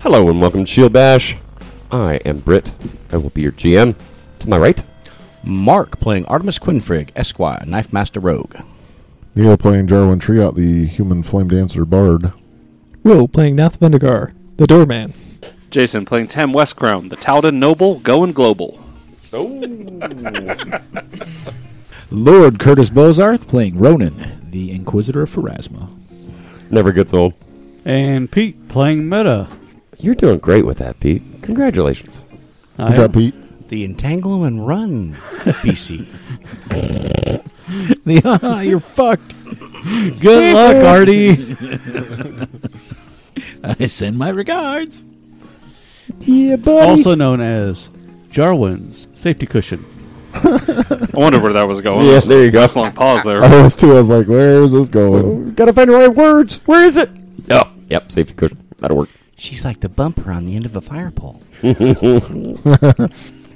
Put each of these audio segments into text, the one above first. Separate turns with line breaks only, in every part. Hello and welcome to Shield Bash. I am Britt. I will be your GM. To my right,
Mark playing Artemis Quinfrig, Esquire, Knife Master Rogue.
Neil playing Jarwin Triot, the human flame dancer bard.
Will playing Nath Vendigar, the doorman.
Jason playing Tam Westcrown, the Taldan Noble, going global.
Lord Curtis Bozarth playing Ronan, the Inquisitor of Pharasma.
never gets old.
And Pete playing meta.
You're doing great with that, Pete. Congratulations.
Good job, Pete.
The Entangle and Run PC.
The- ah, You're fucked.
Good luck, Artie.
I send my regards.
Yeah, buddy.
also known as Jarwin's safety cushion.
I wonder where that was going.
Yeah, there you go.
That's a long pause there.
I was too. I was like, "Where's this going?"
Gotta find the right words. Where is it? Oh, yep. Safety cushion. That'll work.
She's like the bumper on the end of a fire pole.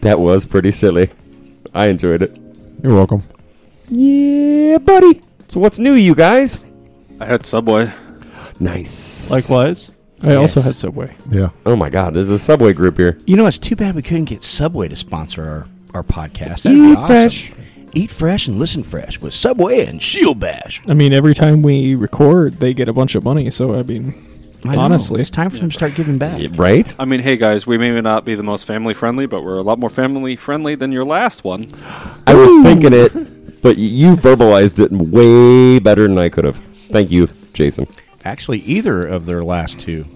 That was pretty silly. I enjoyed it.
Oh.
You're welcome.
Yeah, buddy. So what's new, you guys?
I had Subway.
Nice.
Likewise.
I also
Yes.
had Subway.
Yeah,
Oh my God, there's a Subway group here.
You know, it's too bad we couldn't get Subway to sponsor our, our podcast. That'd be awesome. Eat fresh and listen fresh with Subway and Shield Bash.
I mean, every time we record, they get a bunch of money. So I mean,
I know,
Honestly.
it's time for them to start giving back.
Right?
I mean, hey guys, we may not be the most family friendly, but we're a lot more family friendly than your last one.
I was thinking it, but y- you verbalized it way better than I could have. Thank you, Jason.
Actually, either of their last two.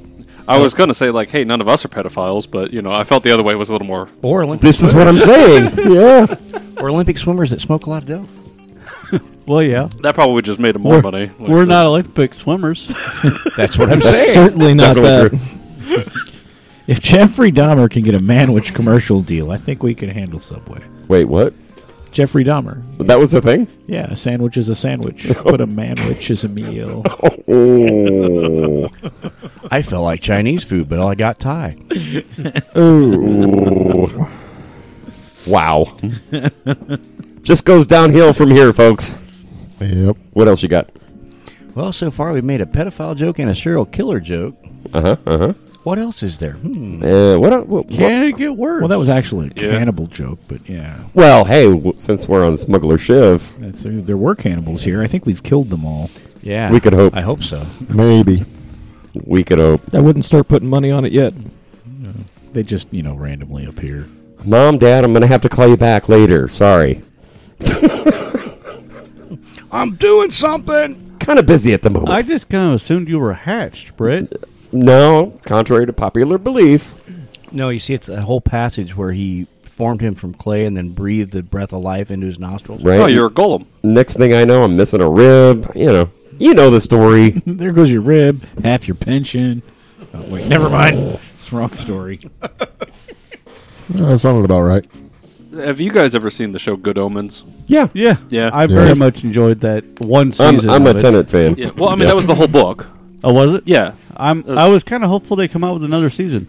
I was going to say, like, hey, none of us are pedophiles, but, you know, I felt the other way was a little more.
Or Olympic,
This is what I'm saying. yeah.
or Olympic swimmers that smoke a lot of dope.
Well, yeah.
That probably just made him more
We're-
money. Like,
We're not
that's-
Olympic swimmers.
That's what I'm
that's
saying.
certainly not
Definitely
that.
true.
If Jeffrey Dahmer can get a Manwich commercial deal, I think we can handle Subway.
Wait, what?
Jeffrey Dahmer.
That was the thing?
Yeah, a sandwich is a sandwich, but a manwich is a meal.
Oh.
I felt like Chinese food, but all I got Thai.
Ooh. wow. Just goes downhill from here, folks.
yep.
What else you got?
Well, so far we've made a pedophile joke and a serial killer joke.
Uh-huh, uh-huh.
What else is there? Hmm.
Uh, what, el- what, what?
Can it get worse?
Well, that was actually a
Yeah.
cannibal joke, but yeah,
Well, hey, w- since we're on Smuggler Shiv,
that's, there, there were cannibals here. I think we've killed them all.
Yeah,
We could hope.
I hope so.
Maybe.
we could uh, hope.
I wouldn't start putting money on it yet.
They just you know randomly appear.
Mom, Dad, I'm going to have to call you back later. Sorry.
I'm doing something.
Kind of busy at the moment.
I just kind of assumed you were hatched, Britt.
No, contrary to popular belief.
No, you see, it's a whole passage where he formed him from clay and then breathed the breath of life into his nostrils.
Right.
Oh, you're a golem.
Next thing I know, I'm missing a rib. You know, you know the story.
there goes your rib, half your pension. Oh, wait, never mind. It's the wrong story.
Yeah, that sounded about right.
Have you guys ever seen the show Good Omens?
yeah.
Yeah.
Yeah.
I
Yes.
very much enjoyed that one
I'm,
season.
I'm a
of it.
tenant fan.
Yeah. Well, I mean, that was the whole book.
Oh, was it?
Yeah.
I'm,
Uh,
I was kind of hopeful they come out with another season.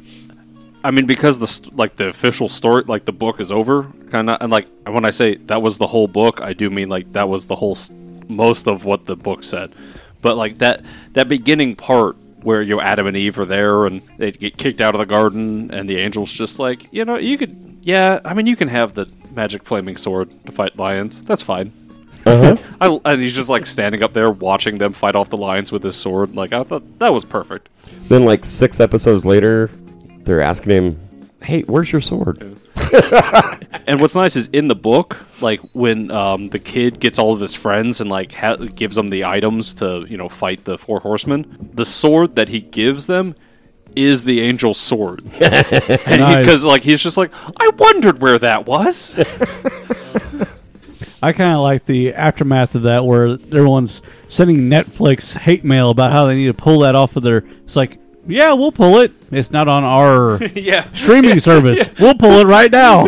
I mean, because the st- like the official story, like the book is over, kind of, and like when I say that was the whole book, I do mean like that was the whole s most of what the book said. But like that that beginning part where you know, Adam and Eve are there and they get kicked out of the garden, and the angels just like you know you could yeah, I mean you can have the magic flaming sword to fight lions, that's fine. I, and he's just like standing up there watching them fight off the lions with his sword. Like I thought that was perfect.
Then, like six episodes later, they're asking him, "Hey, where's your sword?"
And what's nice is in the book, like when um, the kid gets all of his friends and like ha- gives them the items to you know fight the four horsemen, the sword that he gives them is the angel's sword,
Nice.
because like he's just like I wondered where that was.
I kind of like the aftermath of that, where everyone's sending Netflix hate mail about how they need to pull that off of their. It's like, yeah, we'll pull it. It's not on our
yeah,
streaming service. We'll pull it right now.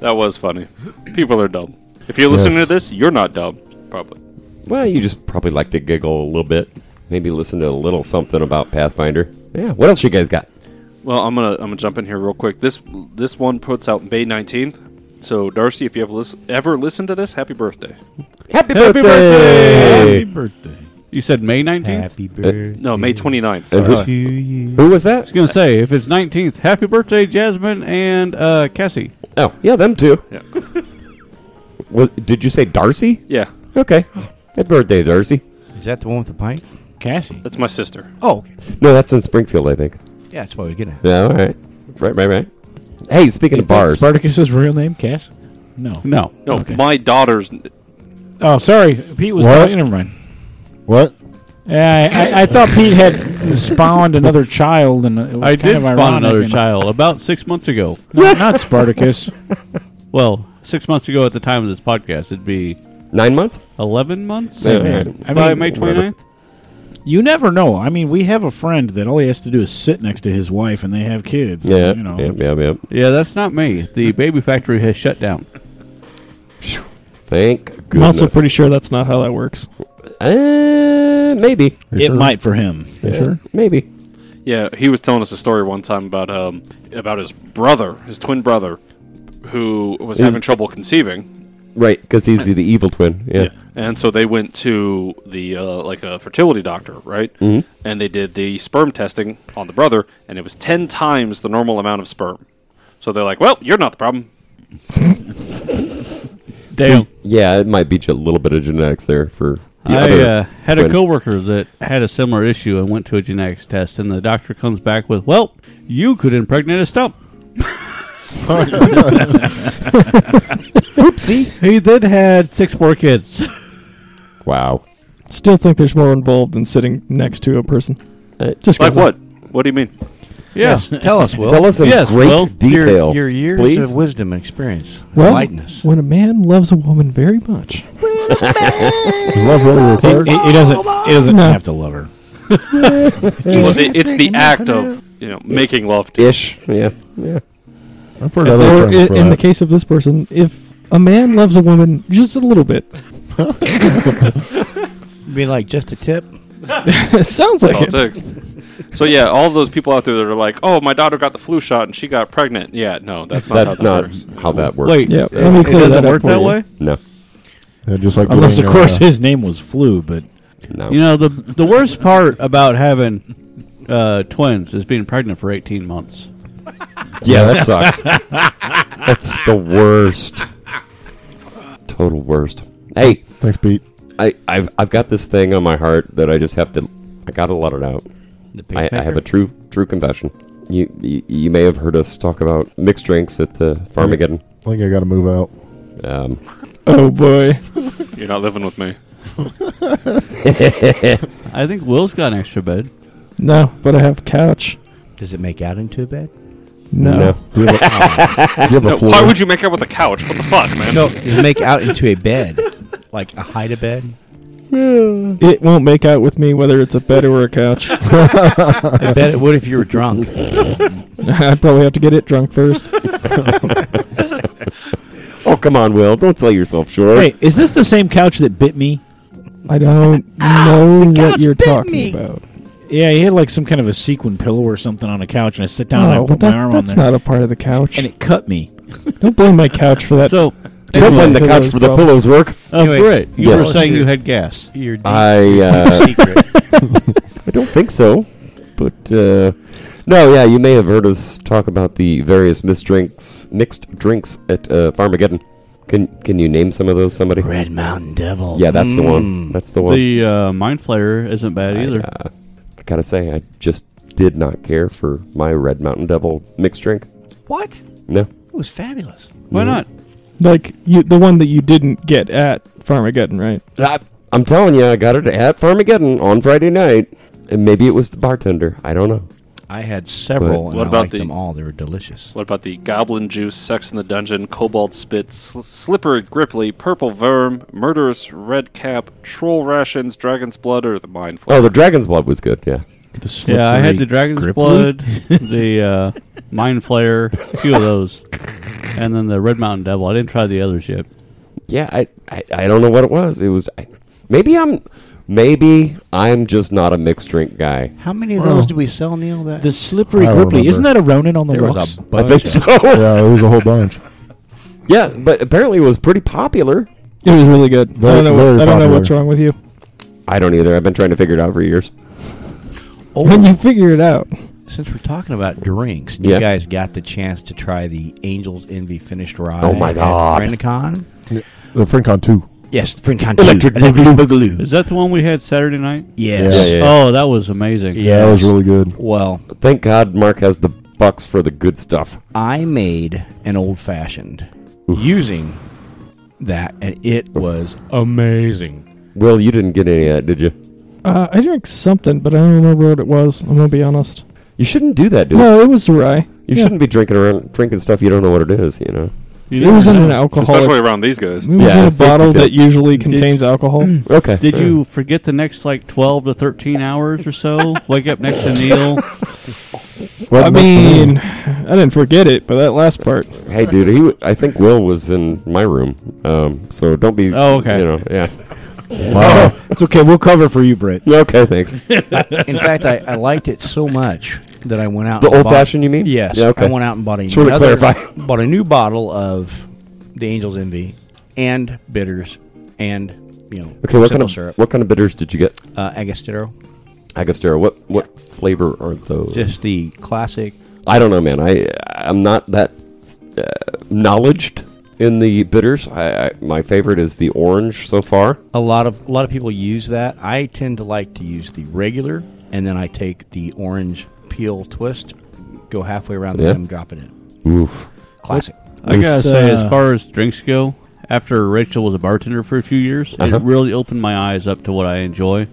that was funny. People are dumb. If you're listening
Yes.
to this, you're not dumb, probably.
Well, you just probably like to giggle a little bit, maybe listen to a little something about Pathfinder. Yeah. What else you guys got?
Well, I'm gonna I'm gonna jump in here real quick. This this one puts out May 19th. So Darcy, if you have lis- ever listened to this, happy birthday.
Happy,
birthday!
Happy birthday.
You said May 19th?
Happy
Uh,
birthday.
No, May 29th.
And
Sorry.
who,
to you.
who was that?
I was going to say, if it's 19th, happy birthday, Jasmine and uh, Cassie.
Oh, yeah, them too.
Yeah.
Wa- did you say Darcy?
Yeah,
Okay. Happy birthday, Darcy.
Is that the one with the pint? Cassie.
that's my sister.
Oh, okay.
No, that's in Springfield, I think.
Yeah, that's what we're getting at.
Yeah, all right. Right, right, right. Hey, speaking
Is
of
that
bars,
Spartacus's real name, Cass? No.
No.
No,
Okay.
my daughter's.
Oh, sorry. Pete was.
What?
talking- Never mind.
What?
Yeah, I, I, I thought Pete had spawned another child, and it was
I
kind
did
of
spawn
ironic
another
and-
child about six months ago.
No, not Spartacus.
Well, six months ago at the time of this podcast, it'd be
nine months?
11 months?
Yeah,
Yeah.
all right.
I
by
mean,
May 29th?
You never know. I mean, we have a friend that all he has to do is sit next to his wife, and they have kids.
Yeah,
you know.
yeah, yeah, yeah.
Yeah, that's not me. The baby factory has shut down.
Thank goodness.
I'm also pretty sure that's not how that works.
Uh, maybe. Uh,
You
It
sure?
might for him.
You sure?
Maybe.
Yeah, he was telling us a story one time about um about his brother, his twin brother, who was having trouble conceiving.
Right, because he's the evil twin. Yeah.
And so they went to the uh, like a fertility doctor, right? Mm-hmm. And they did the sperm testing on the brother, and it was ten times the normal amount of sperm. So they're like, "Well, you're not the problem."
Damn.
Yeah, it might beat you a little bit of genetics there for the
I
other
uh, had a
twin.
coworker that had a similar issue and went to a genetics test, and the doctor comes back with, "Well, you could impregnate a stump." Oopsie. He then had six more kids.
Wow.
Still think there's more involved than sitting next to a person.
Uh,
Just
Like
guessing.
what? What do you mean?
Yeah.
Tell us, Will.
Tell us in
yes,
great
well,
your,
detail.
your years
please.
of wisdom and experience.
Well,
Lightness.
when a man loves a woman very much,
Is love really required?
He, he doesn't. He doesn't
No.
have to love her.
Well, the- it's the act of you know making love. To
Ish. Yeah. Yeah.
I've heard
or
other
i-
terms for
in the
that.
case of this person, if a man loves a woman just a little bit,
Be like just a tip.
it sounds like it.
politics. so yeah, all those people out there that are like, "Oh, my daughter got the flu shot and she got pregnant." Yeah, no, that's not
That's
how
not
that works.
how that works.
Wait,
Yeah,
it,
let me
it
clear
doesn't
that up
work
for
that
you.
way.
No.
Yeah, just like
Unless,
putting
of
your,
course,
uh,
his name was Flu. But
No.
You know the the worst part about having uh, twins is being pregnant for eighteen months.
yeah, that sucks. That's the worst. Total worst. Hey,
uh, Thanks, Pete.
I, I've I've got this thing on my heart that I just have to. I gotta let it out.
The
I, I have
pacemaker?
a true true confession. You, you you may have heard us talk about mixed drinks at the Farmageddon.
I think I got to move out.
Um,
Oh boy,
You're not living with me.
I think Will's got an extra bed.
no, but I have a couch.
Does it make out into a bed?
No,
Do you have a, do you have a
No,
floor?
why would you make out with a couch? What the fuck, man?
No, does it make out into a bed? Like a hide a bed?
it won't make out with me whether it's a bed or a couch.
I bet it would if you were drunk.
I probably have to get it drunk first.
oh come on, Will! Don't sell yourself short.
wait, is this the same couch that bit me?
I don't know what you're talking
me.
about.
Yeah, he had like some kind of a sequin pillow or something on a couch, and I sit down and
oh,
I
well,
put my
that,
arm on
that's
there,
not a part of the couch.
and it cut me.
don't blame my couch for that.
So,
Don't blame the
Anyway,
couch
those
for the
problems.
pillows work.
uh,
Anyway,
Britt, you
Oh, yes.
were saying you had gas.
Your deep
I uh,
secret.
I don't think so, but uh, no, yeah, you may have heard us talk about the various mixed drinks mixed drinks at uh, Farmageddon. Can can you name some of those? Somebody?
Red Mountain Devil.
Yeah, that's the one.
Mm.
That's the one.
The uh, mind flayer isn't bad either.
I, uh, I gotta say, I just did not care for my Red Mountain Devil mixed drink.
What?
No.
It was fabulous.
Why not?
like you, the one that you didn't get at Farmageddon, right?
I, I'm telling you, I got it at Farmageddon on Friday night, and maybe it was the bartender. I don't know.
I had several, and
What
I
about
liked
the-
them all. They were delicious.
What about the Goblin Juice, Sex in the Dungeon, Cobalt Spit, sl- Slippery Gripply, Purple Verm, Murderous Red Cap, Troll Rations, Dragon's Blood, or the Mind Flayer?
Oh, the Dragon's Blood was good. Yeah.
The
Yeah, I had the
slippery
dragon's
Gripply?
blood, the uh, mind flayer, a few of those, and then the red mountain devil. I didn't try the others yet.
Yeah. I, I, I don't know what it was. It was I, maybe I'm maybe I'm just not a mixed drink guy.
How many of those did we sell, Neil? That
The slippery
I don't
gripply. Isn't that
remember.
a Ronin on the
there
rocks?
was a
I think
bunch. of-
so.
Yeah, it was a whole bunch.
yeah, but apparently it was pretty popular.
It was really good. I
Very-
don't know.
very
What, I don't know
popular.
what's wrong with you.
I don't either. I've been trying to figure it out for years.
Oh.
When you figure it out,
Since we're talking about drinks,
Yeah.
you guys got the chance to try the Angels Envy finished rye.
Oh my God.
At Friendicon.
The Frincon 2.
Yes, Friendicon.
Electric
Boogaloo. Boogaloo.
Is that the one we had Saturday night?
Yes.
Yeah, yeah.
Oh, that was amazing.
Yeah.
That was really good.
Well,
Thank God Mark has the bucks for the good stuff.
I made an old fashioned using that, and it was amazing.
Will, you didn't get any of that, did you?
uh, I drank something, but I don't remember what it was. I'm gonna be honest.
You shouldn't do that, dude.
No, it was rye.
You
Yeah.
shouldn't be drinking around drinking stuff you don't know what it is. You know.
It was in an
Oh,
especially
alcoholic.
around these guys.
It was
Yeah,
in a
it's like
bottle
the- Mm.
that usually contains alcohol.
Okay.
Did you forget the next like twelve to thirteen hours or so? Wake up next to Neil.
What
I
next to me?
mean, I didn't forget it, but that last part.
Hey, dude. He. w- I think Will was in my room. Um. So don't be.
Oh, okay.
You know. Yeah.
Wow.
It's okay. We'll cover for you, Britt.
Yeah, Okay. Thanks. The
In fact, I, I liked it so much that I went out. and
old
bought-
fashioned, you mean?
Yes.
Yeah. Okay.
I went out and bought a
Just wanted to
another-
clarify.
bought a new bottle of the Angels Envy and bitters and you know
Okay. What kind
simple
of
syrup,
what kind of bitters did you get?
uh, Agostero,
Agostero. What what flavor are those?
just the classic.
I don't know, man. I I'm not that uh, knowledged in the bitters. I, I my favorite is the orange so far.
A lot of a lot of people use that. I tend to like to use the regular, and then I take the orange peel twist, go halfway around,
Yeah.
and I'm dropping it.
Oof.
Classic.
I gotta
It's,
say,
uh,
as far as drinks go, after Rachel was a bartender for a few years,
Uh-huh.
it really opened my eyes up to what I enjoy.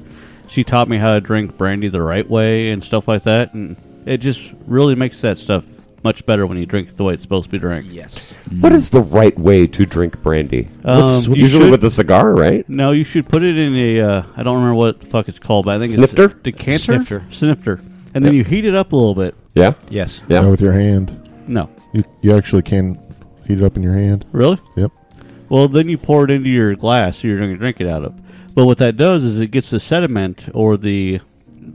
She taught me how to drink brandy the right way and stuff like that, and it just really makes that stuff much better when you drink it the way it's supposed to be drank.
Yes.
What is the right way to drink brandy? What's-
Um, you
usually
should-
with a cigar, right?
No, you should put it in a. Uh, I don't remember what the fuck it's called, but I think
Snifter?
it's decanter,
Snifter.
snifter, and then you heat it up a little bit.
Yeah.
Yes.
Yeah.
Now with your hand.
No,
You, you actually can heat it up in your hand.
really?
Yep.
Well, then you pour it into your glass so you're going to drink it out of. But what that does is it gets the sediment or the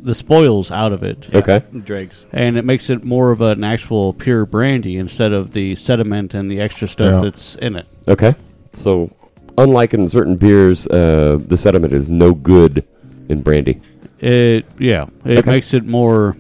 the spoils out of it,
Okay.
Dregs.
and it makes it more of an actual pure brandy instead of the sediment and the extra stuff
Yeah.
that's in it.
Okay. So, unlike in certain beers, uh, the sediment is no good in brandy.
It yeah, it
Okay.
makes it more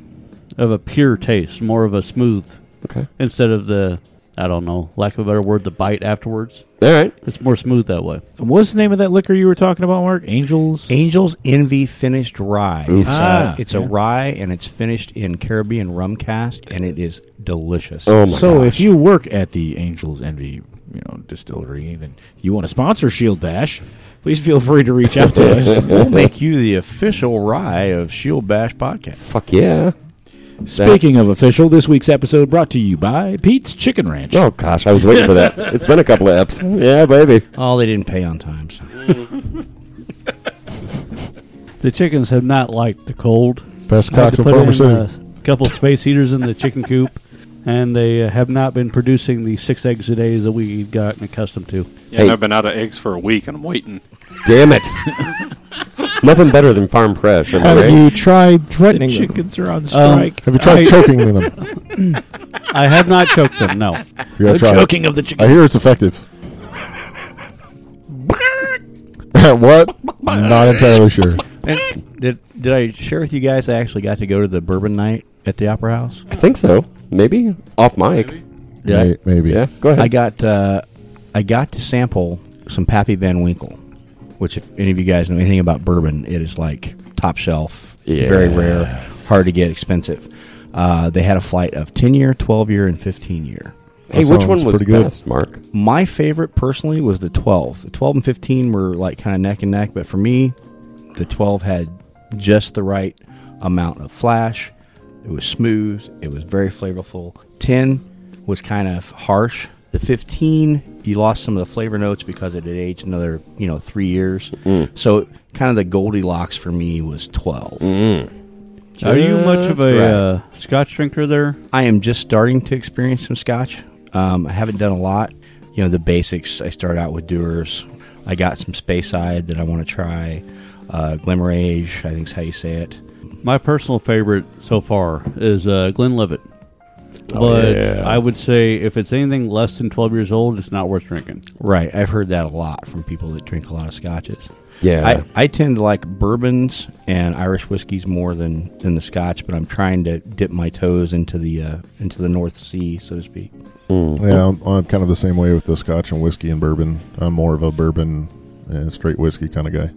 of a pure taste, more of a smooth
Okay.
instead of the I don't know, lack of a better word, the bite afterwards.
All right.
It's more smooth that way.
What's the name of that liquor you were talking about, Mark? Angels.
Angels Envy finished rye.
Oof.
It's,
Ah,
a, it's
yeah.
a rye and it's finished in Caribbean rum cask and it is delicious.
Oh my
so
gosh.
if you work at the Angels Envy, you know, distillery, then you want to sponsor Shield Bash, please feel free to reach out to us.
We'll make you the official rye of Shield Bash podcast.
fuck yeah.
Speaking of official, this week's episode brought to you by Pete's Chicken Ranch.
Oh gosh, I was waiting for that. It's been a couple of eps. Yeah, baby.
Oh, they didn't pay on time. So.
The chickens have not liked the cold.
Best
I had
cox
to
in
put
Farmer
in
City.
uh, a couple space heaters in the chicken coop, and they uh, have not been producing the six eggs a day that we've gotten accustomed to.
Yeah,
Hey.
and I've been out of eggs for a week, and I'm waiting.
Damn it. Nothing better than farm fresh. Am I
Have
right?
you tried threatening them?
Chickens are on strike.
Have you tried
I-
choking them?
I have not choked them. No,
You gotta
the
try it.
choking of the chicken.
I hear it's effective. what? Not entirely sure.
Did did I share with you guys I actually got to go to the bourbon night at the Opera House?
I think so. Maybe off mic.
May- maybe.
Yeah. Go ahead.
I got uh, I got to sample some Pappy Van Winkle, which if any of you guys know anything about bourbon, it is like top shelf, very rare,
Yes.
hard to get, expensive. Uh, they had a flight of ten year, twelve year, and fifteen year.
hey,
That
which one
sounds
was
pretty good.
best, Mark?
My favorite personally was the twelve. The twelve and fifteen were like kind of neck and neck, but for me, the twelve had just the right amount of flash. It was smooth. It was very flavorful. 10 was kind of harsh. The 15, you lost some of the flavor notes because it had aged another, you know, three years. So kind of the Goldilocks for me was 12.
are you much of
Just
a
right.
uh, Scotch drinker? There,
I am just starting to experience some scotch. Um, I haven't done a lot. You know, the basics. I start out with Doers. I got some Space Side that I want to try. Uh, Glimmerage, I think is how you say it.
my personal favorite so far is uh, Glenlivet. but
yeah.
I would say if it's anything less than 12 years old, it's not worth drinking.
Right. I've heard that a lot from people that drink a lot of scotches.
Yeah.
I, I tend to like bourbons and Irish whiskeys more than, than the Scotch, but I'm trying to dip my toes into the uh, into the North Sea, so to speak.
Yeah, I'm, I'm kind of the same way with the Scotch and whiskey and bourbon. I'm more of a bourbon, uh, straight whiskey kind of guy.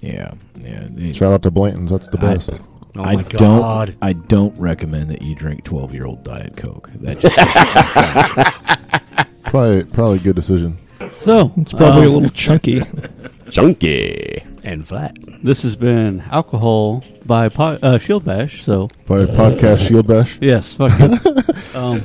Yeah, yeah. It-
Shout out to Blanton's. That's the
I-
best.
Oh
I
my
don't.
God.
I don't recommend that you drink twelve-year-old diet coke. That just
probably, probably a good decision.
So
It's probably a
um,
little chunky.
Chunky.
And flat.
This has been alcohol by po- uh, Shield Bash. So
Probably podcast Shield Bash.
yes, fuck it. um,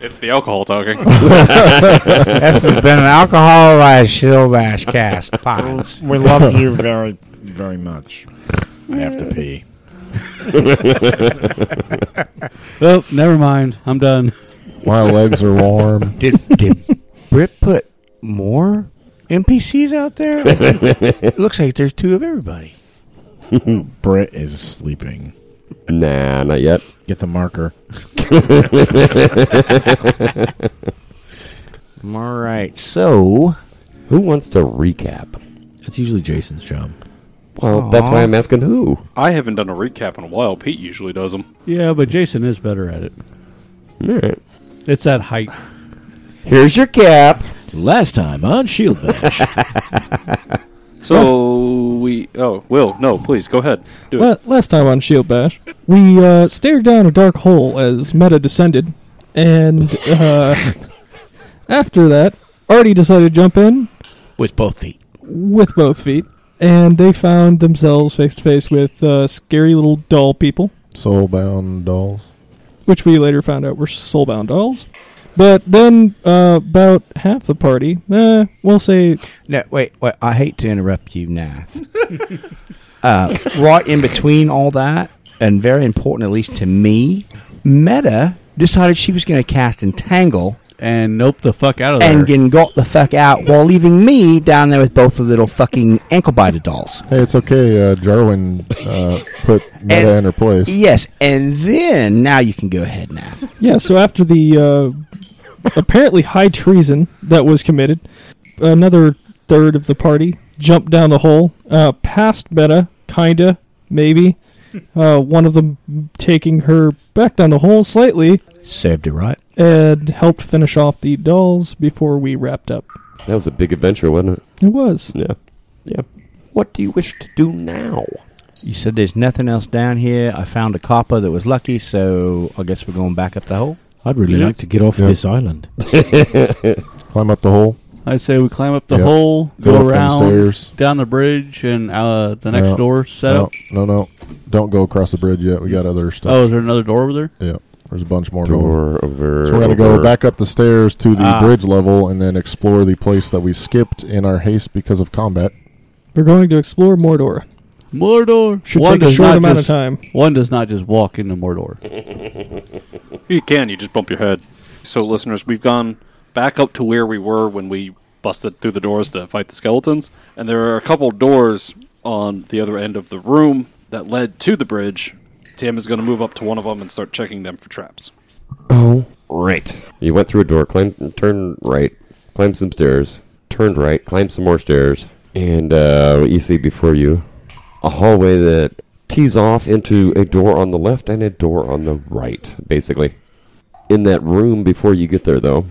It's the alcohol talking.
This has been an alcohol by Shield Bash Cast Pods.
we love you very, very much. I have to pee.
oh, never mind. I'm done.
My legs are warm.
Did did Brit put more NPCs out there? it looks like there's two of everybody.
Britt is sleeping.
Nah, not yet.
Get the marker.
All right. So
Who wants to recap?
That's usually Jason's job.
Well, that's why I'm asking who.
I haven't done a recap in a while. Pete usually does them.
Yeah, but Jason is better at it.
Alright.
It's that height.
Here's your cap.
Last time on Shield Bash.
So we. Oh, Will, no, please go ahead. Do it.
La- last time on Shield E Bash, we uh, stared down a dark hole as Meta descended, and uh, after that, Artie decided to jump in
with both feet.
with both feet, and they found themselves face to face with uh, scary little doll people,
Soulbound dolls.
which we later found out were soulbound dolls. But then, uh, about half the party, eh, we'll say
No, wait, wait. I hate to interrupt you, Nath. uh, right in between all that, and very important, at least to me, Meta decided she was going to cast Entangle
And nope the fuck out of there.
and then got the fuck out while leaving me down there with both the little fucking ankle biter dolls.
Hey, it's okay. Uh, Jarwin uh, put Meta
And-
in her place.
Yes, and then now you can go ahead, Nath.
Yeah, so after the uh, apparently high treason that was committed, another third of the party jumped down the hole, uh, past Meta, kinda, maybe. Uh, one of them taking her back down the hole slightly
Saved it right.
and helped finish off the dolls before we wrapped up.
That was a big adventure, wasn't it?
It was.
Yeah. Yeah. What do you wish to do now?
You said there's nothing else down here. I found a copper that was lucky, so I guess we're going back up the hole.
I'd really
Yeah.
like to get off
Yeah.
this island.
Climb up the hole.
I say we climb up the
Yep.
hole, go,
up them
around
stairs.
down the bridge, and uh, the next
No,
door set
No,
up.
no, no. Don't go across the bridge yet. We got other stuff.
Oh, is there another door over there?
Yeah, there's a bunch more going.
Door over.
So we're gonna go
over.
back up the stairs to the
Ah.
bridge level and then explore the place that we skipped in our haste because of combat.
We're going to explore Mordor.
Mordor.
Should
one
take a
does
short
not
amount
just-
of time.
One does not just walk into Mordor.
You can. You just bump your head. So, listeners, we've gone back up to where we were when we busted through the doors to fight the skeletons, and there are a couple doors on the other end of the room that led to the bridge. Tim is going to move up to one of them and start checking them for traps.
Oh, right. You went through a door, climbed, turned right, climbed some stairs, turned right, climbed some more stairs, and uh, you see before you a hallway that tees off into a door on the left and a door on the right, basically. In that room before you get there, though,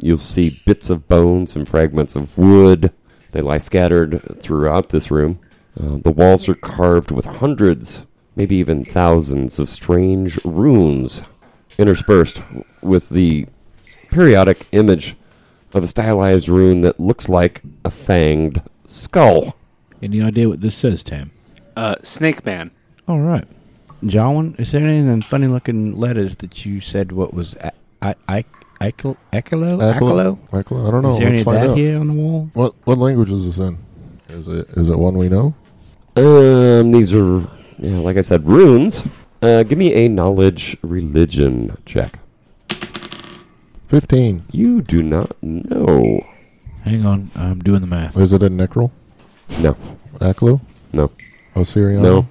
you'll see bits of bones and fragments of wood. They lie scattered throughout this room. Uh, the walls are carved with hundreds, maybe even thousands, of strange runes interspersed with the periodic image of a stylized rune that looks like a fanged skull.
Any idea what this says, Tam?
Uh, Snake Man.
All right.
John, is there any of them funny looking letters that you said what was a- I I Icolo? Icolo?
Aklo? I don't know.
Is there any
Let's
of
find
that
out.
here on the wall?
What what language is this in? Is it is it one we know?
Um, these are, yeah, like I said, runes. Uh, give me a knowledge religion check.
Fifteen.
You do not know.
Hang on. I'm doing the math.
Is it in Necrol?
No,
Aklo?
no,
Osirian?
no,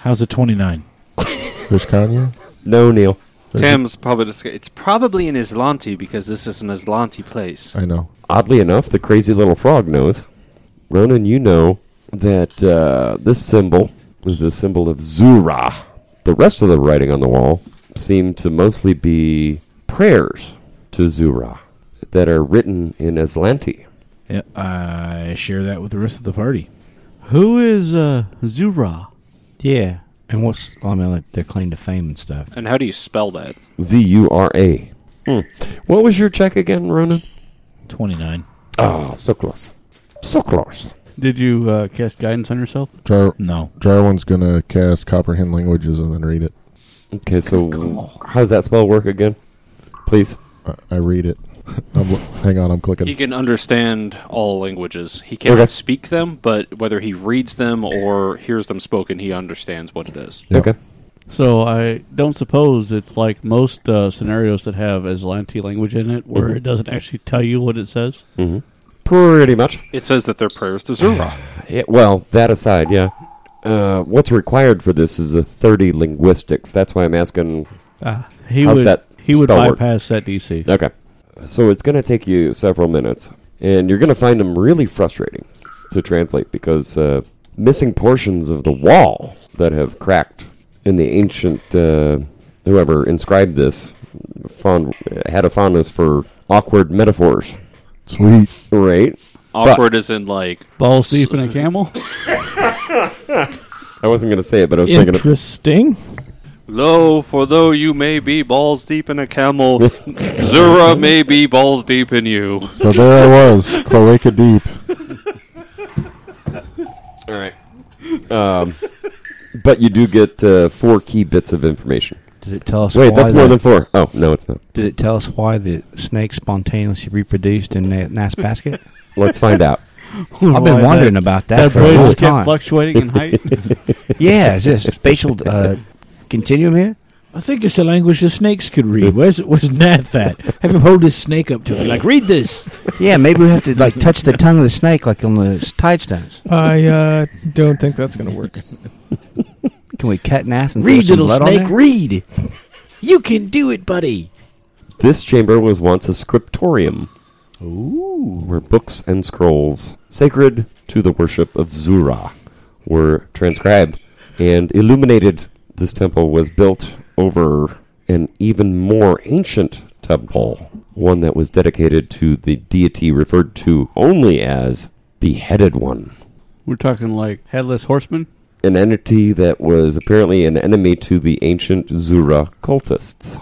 How's a 29?
Vizcanya?
no, Neil.
Tam's probably just, it's probably in Islanti because this is an Islanti place.
I know.
Oddly enough, the crazy little frog knows. Ronan, you know that uh, this symbol is the symbol of Zura. The rest of the writing on the wall seem to mostly be prayers to Zura that are written in Aslanti.
Yeah, I share that with the rest of the party.
Who is uh, Zura?
Yeah. And what's I mean, like their claim to fame and stuff.
And how do you spell that?
Z U R A. Hmm. What was your check again, Ronan?
29.
Oh, so close. So close.
Did you uh, cast guidance on yourself?
Jar-
No.
Jarwin's gonna cast comprehend languages and then read it.
Okay, so how does that spell work again? Please.
I, I read it. I'm, lo- hang on, I'm clicking.
He can understand all languages. He cannot
Okay.
speak them, but whether he reads them or hears them spoken, he understands what it is.
Yeah.
Okay.
So I don't suppose it's like most uh, scenarios that have Aslanti language in it, where it doesn't actually tell you what it says.
hmm Pretty much.
It says that their prayers to Zura.
Yeah, well, that aside, yeah. Uh, what's required for this is a 30 linguistics. That's why I'm asking.
Ah, He
How's
would
that
he would
spell work?
bypass that DC.
Okay. So it's going to take you several minutes, and you're going to find them really frustrating to translate because uh, missing portions of the wall that have cracked in the ancient, uh, whoever inscribed this, fond, had a fondness for awkward metaphors,
Sweet.
right?
Awkward is in like
Balls deep in a camel.
I wasn't going to say it, but I was thinking of
Interesting.
Lo, for though you may be balls deep in a camel, Zura may be balls deep in you.
So there I was, cloaca deep.
All right. Um, but you do get uh, four key bits of information.
Does it tell us
Wait,
why
that's more
the-
than four. Oh no, it's not.
Did it tell us why the snake spontaneously reproduced in that nice basket?
Let's find out.
I've been
Why
wondering
that-
about that,
That
for a
boy
long
just kept
time.
fluctuating in height.
yeah, is this spatial uh, continuum here?
I think it's a language the snakes could read. Where's where's Nat that? Have him hold this snake up to me. Like, read this.
Yeah, maybe we have to like touch the tongue of the snake, like on the s- tide stones.
I uh, don't think that's going to work.
Can we cut an ass and
Read,
throw some
little
blood on
snake,
there?
read. You can do it, buddy.
This chamber was once a scriptorium. Where books and scrolls, sacred to the worship of Zura, were transcribed and illuminated. This temple was built over an even more ancient temple, one that was dedicated to the deity referred to only as Beheaded One.
We're talking like headless horseman.
an entity that was apparently an enemy to the ancient Zura cultists.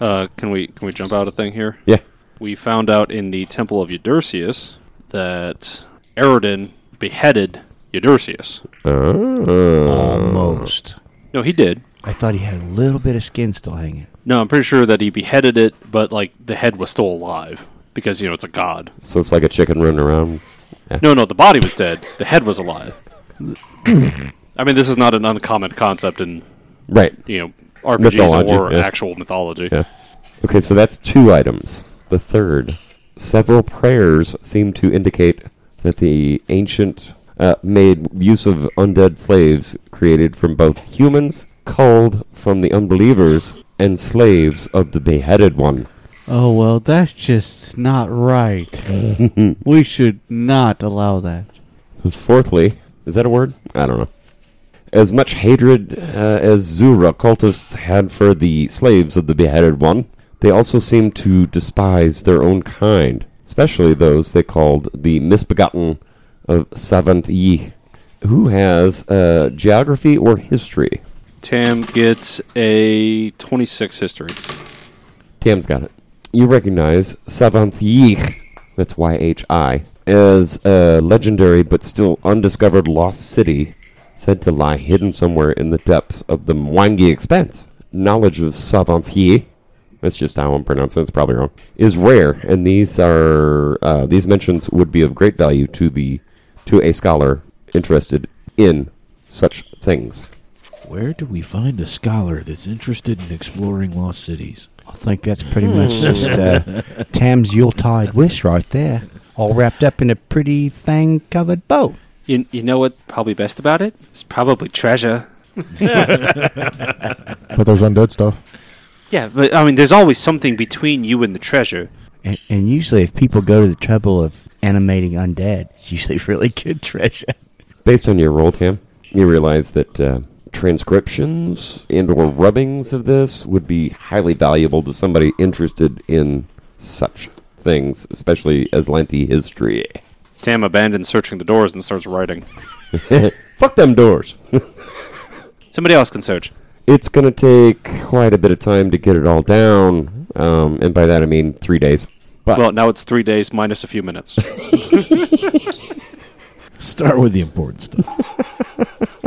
Uh, can we can we jump out a thing here?
Yeah.
We found out in the Temple of Eudercius that Eridan beheaded Eudercius.
Ah.
Uh. Almost.
No, he did.
I thought he had a little bit of skin still hanging.
No, I'm pretty sure that he beheaded it, but like the head was still alive because you know it's a god.
So it's like a chicken running around.
No, no, the body was dead. The head was alive. I mean, this is not an uncommon concept in
Right.
you know RPGs
Mythology,
or
yeah.
actual mythology.
Yeah. Okay, so that's two items. The third, several prayers seem to indicate that the ancient uh, made use of undead slaves created from both humans, culled from the unbelievers, and slaves of the beheaded one.
Oh well, that's just not right. we should not allow that.
Fourthly, is that a word? I don't know. As much hatred uh, as Zura cultists had for the slaves of the beheaded one, they also seemed to despise their own kind, especially those they called the misbegotten of Savanth Yi, who has uh, geography or history.
Tam gets a 26 history.
Tam's got it. You recognize Savanth Yich, that's Y H I, as a legendary but still undiscovered lost city said to lie hidden somewhere in the depths of the Mwangi Expanse. Knowledge of Savanth Yi, that's just how I'm pronouncing it, it's probably wrong, is rare, and these are uh, these mentions would be of great value to the to a scholar interested in such things.
Where do we find a scholar that's interested in exploring lost cities?
I think that's pretty
Hmm.
much just uh, Tam's Yuletide wish right there, all wrapped up in a pretty fang-covered bow.
You, you know what's probably best about it? It's probably treasure.
But there's undead stuff.
Yeah, but I mean, there's always something between you and the treasure.
And, and usually, if people go to the trouble of animating undead, it's usually really good treasure.
Based on your roll, Tam, you realize that uh, transcriptions and/or rubbings of this would be highly valuable to somebody interested in such things, especially as lengthy history.
Tam abandons searching the doors and starts writing.
Fuck them doors.
Somebody else can search.
it's going to take quite a bit of time to get it all down, um, and by that I mean three days. But
Well, now it's three days minus a few minutes.
Start with the important stuff.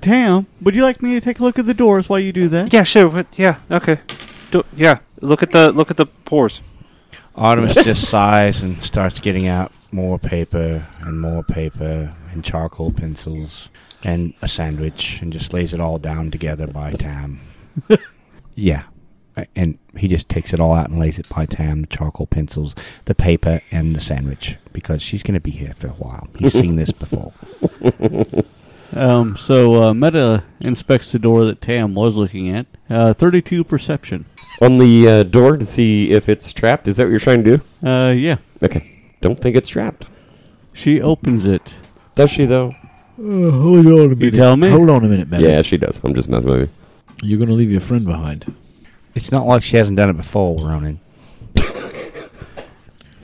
Tam, would you like me to take a look at the doors while you do that?
yeah, sure. But yeah, okay. Do, yeah, look at the look at the pores.
Artemis just sighs and starts getting out more paper and more paper and charcoal pencils and a sandwich and just lays it all down together by Tam. yeah. A- And he just takes it all out and lays it by Tam, the charcoal pencils, the paper, and the sandwich because she's going to be here for a while. He's seen this before.
Um, so uh, Meta inspects the door that Tam was looking at. Uh, 32 perception.
on the uh, door to see if it's trapped. Is that what you're trying to do?
Uh, yeah.
Okay. Don't think it's trapped.
She opens it.
Does she though?
hold on a
minute. tell me?
Hold on a minute, man.
Yeah, she does. I'm just messing with you.
You're going to leave your friend behind.
It's not like she hasn't done it before, Ronan.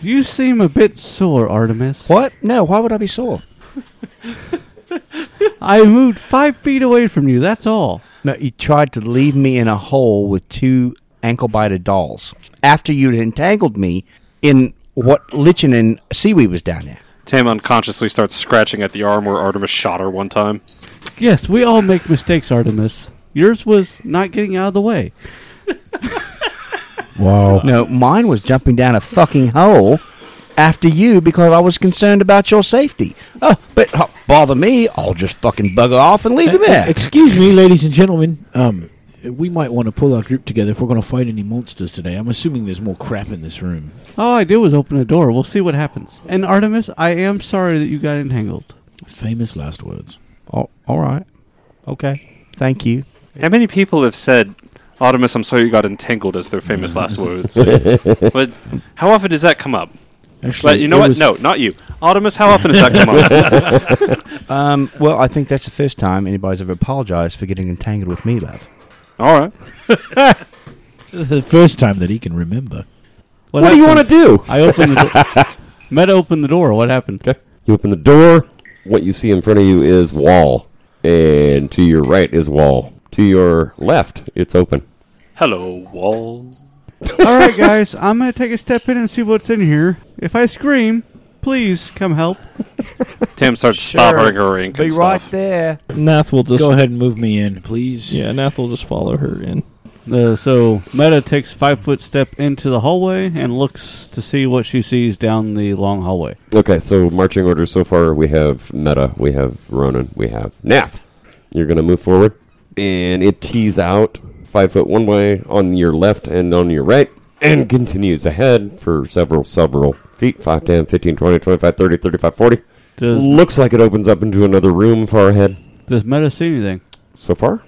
You seem a bit sore, Artemis.
What? No, why would I be sore?
I moved five feet away from you, that's all.
No, you tried to leave me in a hole with two ankle bitted dolls after you'd entangled me in what lichen and seaweed was down there.
Tam unconsciously starts scratching at the arm where Artemis shot her one time.
Yes, we all make mistakes, Artemis. Yours was not getting out of the way.
Wow.
No, mine was jumping down a fucking hole after you because I was concerned about your safety. Oh, but uh, bother me, I'll just fucking bugger off and leave him
Uh,
there.
Excuse me, ladies and gentlemen. Um, we might want to pull our group together if we're going to fight any monsters today. I'm assuming there's more crap in this room.
All I did was open a door. We'll see what happens. And Artemis, I am sorry that you got entangled.
Famous last words.
Oh, all right. Okay. Thank you.
How many people have said, "Artemis, I'm sorry you got entangled" as their famous last words? but how often does that come up?
Actually,
But you know
it
what?
was-
No, not you, Artemis. How often does that come up?
Um, well, I think that's the first time anybody's ever apologized for getting entangled with me, love.
All right.
The first time that he can remember.
What do you want to
happened-
do?
I opened the door. Meta opened the door. What happened?
You open the door. What you see in front of you is wall, and to your right is wall. To your left, it's open.
Hello, wall.
All right, guys, I'm going to take a step in and see what's in here. If I scream, please come help.
Tam starts stopping her ink and stuff.
there.
Nath will just
Go ahead and move me in, please.
yeah, Nath will just follow her in.
Uh, so Meta takes five foot step into the hallway and looks to see what she sees down the long hallway.
Okay, so marching orders so far we have Meta, we have Ronan, we have Nath. You're gonna move forward, and it tees out five foot one way on your left and on your right, and continues ahead for several, several feet 5, 10, 15, 20, 25, 30, 35, 40.
Does
Looks like it opens up into another room far ahead.
Does Meta see anything?
So far,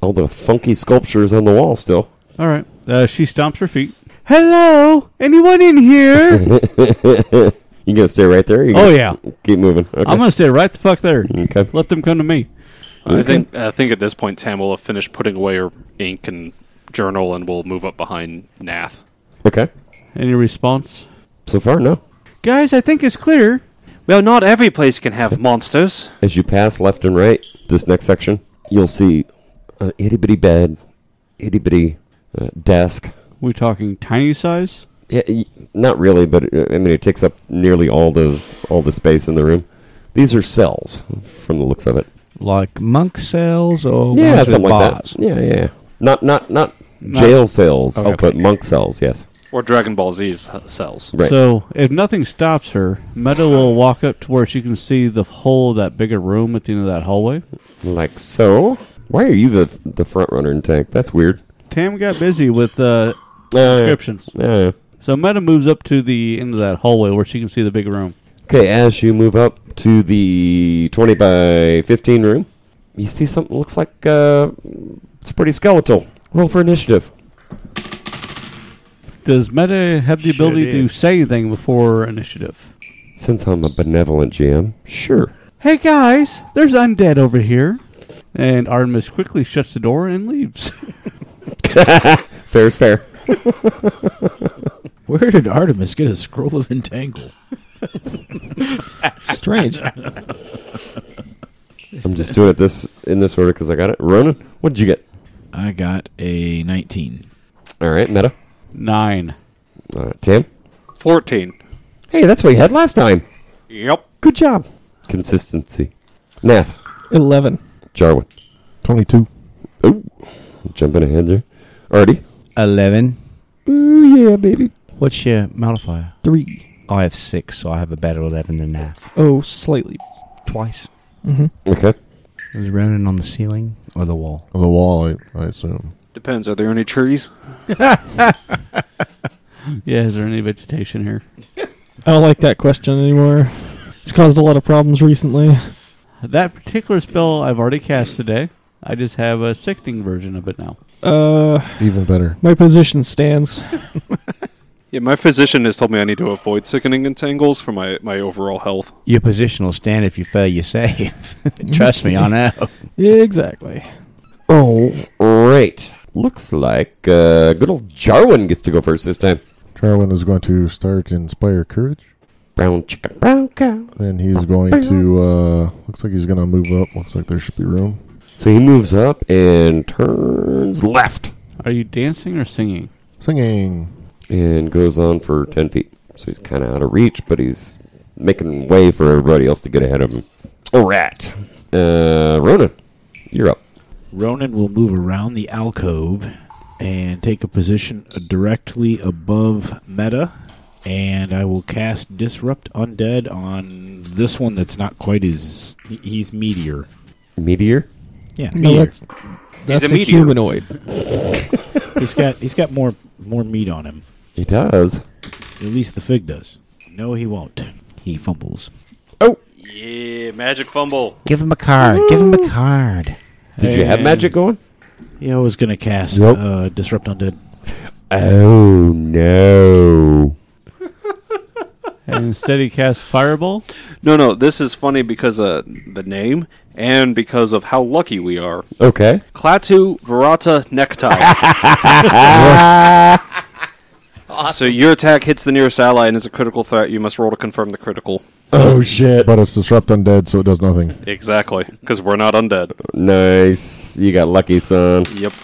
all the funky sculptures on the wall still.
All right. Uh, she stomps her feet. Hello, anyone in here?
You gonna stay right there? You
oh
gonna
yeah,
Keep moving. Okay.
I'm gonna stay right the fuck there.
okay.
Let them come to me.
I think I think at this point Tam will have finished putting away her ink and journal and will move up behind Nath.
Okay.
Any response?
So far, no.
Guys, I think it's clear.
Well, not every place can have monsters.
As you pass left and right, this next section, you'll see a itty bitty bed, itty bitty uh, desk.
We talking tiny size?
Yeah, y- not really, but uh, I mean, it takes up nearly all the all the space in the room. These are cells, from the looks of it.
Like monk cells or
yeah,
ones with
something like
bars?
that. Yeah, yeah. Not not not jail cells, but monk cells. Yes,
Or Dragon Ball Z's h- cells.
right.
So if nothing stops her, Meta will walk up to where she can see the whole of that bigger room at the end of that hallway.
like so. Why are you the the front runner in tank? That's weird.
Tam got busy with uh,
Uh,
descriptions.
yeah.
So Meta moves up to the end of that hallway where she can see the big room.
Okay, as you move up to the 20 by 15 room, you see something that looks like uh, it's pretty skeletal. Roll for initiative.
Does Meta have the
Sure
ability to
did.
say anything before initiative?
Since I'm a benevolent GM, sure.
Hey guys, there's undead over here. And Artemis quickly shuts the door and leaves.
Fair's fair.
Where did Artemis get a scroll of entangle?
Strange.
I'm just doing it this in this order because I got it. Ronan, what did you get?
I got a 19.
All right, Meta.
Nine.
Uh, Tim.
Fourteen.
Hey, that's what you had last time.
Yep.
Good job. Consistency. Nath.
Eleven.
Jarwin.
22.
Ooh, jumping ahead there. Artie.
11.
Ooh yeah, baby.
What's your modifier?
Three.
I have six, so I have a better 11 than that.
Oh, slightly.
Twice.
hmm
Mm-hmm.
Okay.
Is Ronan on the ceiling or the wall?
The wall, I, I assume.
Depends. Are there any trees?
Yeah, is there any vegetation here?
I don't like that question anymore. It's caused a lot of problems recently.
That particular spell I've already cast today. I just have a sickening version of it now.
Uh,
Even better.
my position stands.
Yeah, my physician has told me I need to avoid sickening entangles for my, my overall health.
Your position will stand if you fail your save. Trust me, I know.
Exactly.
Oh, great. Looks like uh, good old Jarwin gets to go first this time.
Charwin is going to start Inspire Courage.
Brown chicken, brown cow.
Then he's going to, uh, looks like he's going to move up. Looks like there should be room.
So he moves up and turns left
Are you dancing or singing?
Singing.
and goes on for 10 feet. So he's kind of out of reach, but he's making way for everybody else to get ahead of him. All right. Uh, Ronan, you're up.
Ronan will move around the alcove and take a position directly above Meta, and I will cast Disrupt Undead on this one that's not quite as. he- He's Meteor.
Meteor?
Yeah,
No,
Meteor.
that's that's
a
a,
meteor.
humanoid.
he's got he's got more more meat on him.
He does.
At least the fig does. No, he won't. He fumbles.
Yeah, magic fumble.
Give him a card. Give him a card.
Did you have
And-
magic going?
Yeah, I was gonna cast
Nope.
uh, Disrupt Undead.
Oh, no.
And instead he casts Fireball.
No, no, this is funny because of the name and because of how lucky we are.
Okay.
Klaatu Virata Necktie. So your attack hits the nearest ally and is a critical threat. You must roll to confirm the critical.
Oh, shit.
But it's Disrupt Undead, so it does nothing.
Exactly, because we're not undead.
Nice. You got lucky, son.
Yep.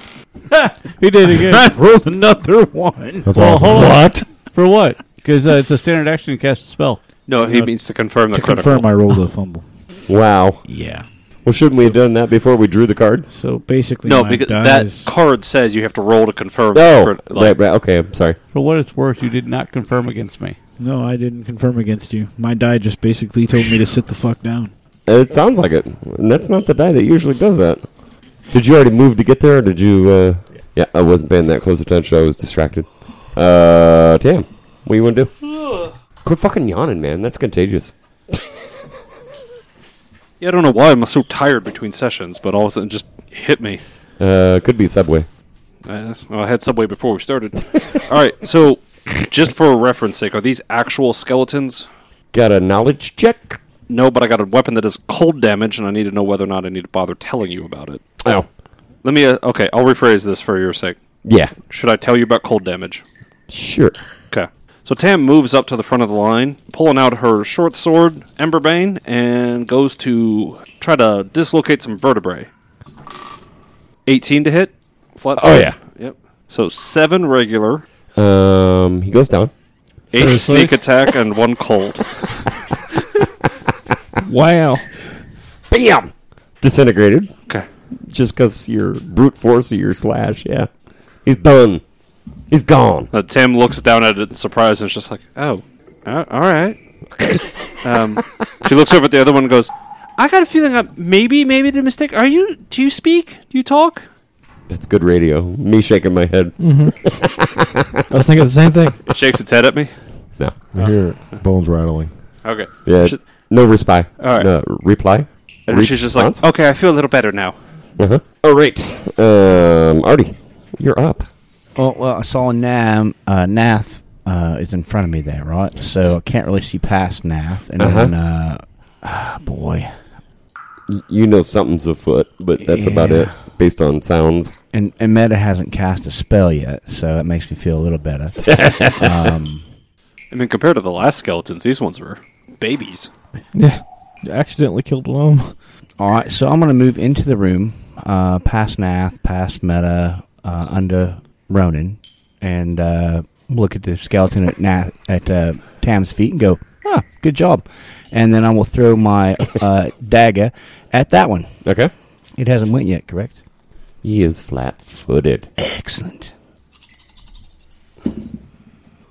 He did it again.
Rolled another one.
That's
Well,
awesome.
hold on. What? For what? Because uh, it's a standard action to cast a spell.
No, he
Yeah.
means to confirm the
To
critical.
confirm, I rolled a fumble.
Wow.
Yeah.
Well, shouldn't we have done that before we drew the card?
So basically,
no,
my
because
dice-
that card says you have to roll to confirm. the
Oh,
crit-
right,
like,
right. Okay, I'm sorry.
For what it's worth, you did not confirm against me.
No, I didn't confirm against you. My die just basically told me to sit the fuck down.
It sounds like it. And that's not the die that usually does that. Did you already move to get there, or did you? Uh, yeah, I wasn't paying that close attention. I was distracted. Uh, damn. What you want to do? Quit fucking yawning, man. That's contagious.
Yeah, I don't know why I'm so tired between sessions, but all of a sudden it just hit me.
Uh, could be Subway.
Uh, well, I had Subway before we started. All right, so just for reference sake, are these actual skeletons?
Got a knowledge check?
No, but I got a weapon that does cold damage, and I need to know whether or not I need to bother telling you about it.
Oh,
Let me. Uh, okay, I'll rephrase this for your sake.
yeah.
Should I tell you about cold damage?
Sure.
Okay. So Tam moves up to the front of the line, pulling out her short sword, Emberbane, and goes to try to dislocate some vertebrae. 18 to hit. Flat.
Oh,
foot.
yeah.
Yep. So seven regular,
Um, he goes down.
eight sneak attack, and one cold.
Wow.
Bam! Disintegrated.
Okay.
just because your brute force of your slash. Yeah, he's done. He's gone.
Uh, Tim looks down at it in surprise and is just like, "Oh, uh, all right." um, she looks over at the other one and goes, "I got a feeling I maybe maybe the mistake. Are you? Do you speak? Do you talk?"
That's good radio. Me shaking my head.
I was thinking the same thing.
Shakes its head at me.
No.
We hear bones rattling.
Okay.
Yeah.
She-
no respy.
All right.
No reply.
and she's just like, "Oh."
Oh,
"Okay, I feel a little better now."
uh-huh. All right. Um, Artie, you're up.
Oh well, I saw Nam uh, Nath uh, is in front of me there, right? So I can't really see past Nath, and
Uh-huh.
then uh, ah, boy,
Y- You know something's afoot, but that's about
Yeah.
it based on sounds.
and and Meta hasn't cast a spell yet, so it makes me feel a little better. um,
I mean, compared to the last skeletons, these ones were babies.
Yeah. Accidentally killed one of 'em.
all right, so I'm going to move into the room, uh, past Nath, past Meta, uh, under Ronan, and uh, look at the skeleton at Nath at uh, Tam's feet and go, ah, good job, and then I will throw my uh, dagger at that one.
Okay.
It hasn't went yet, correct?
He is flat footed.
Excellent.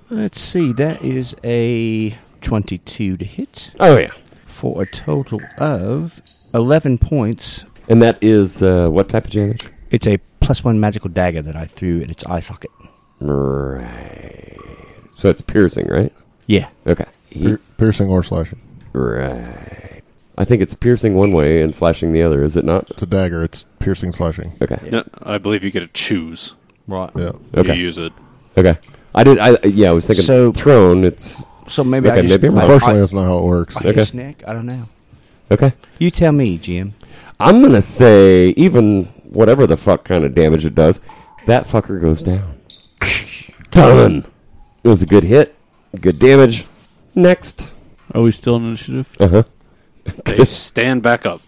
Let's see, that is a 22 to hit
Oh, yeah.
for a total of 11 points.
And that is uh, what type of damage?
It's a plus one magical dagger that I threw at its eye socket.
Right. So it's piercing, right?
Yeah.
Okay. He-
Pier- piercing or slashing.
right. I think it's piercing one way and slashing the other, is it not?
It's a dagger. It's piercing, slashing.
Okay.
No, I believe you get to choose.
Right.
Yeah.
Okay.
You use it.
Okay. I did. I yeah. I was thinking
So-
thrown. It's
So maybe I
Okay,
just...
maybe I'm
I-
Unfortunately,
I-
that's not how it works.
I hit
Okay.
its neck? I don't know.
okay.
You tell me, GM.
I'm gonna say even whatever the fuck kind of damage it does, that fucker goes down. Done. It was a good hit. Good damage. Next.
Are we still in initiative?
Uh huh.
They stand back up.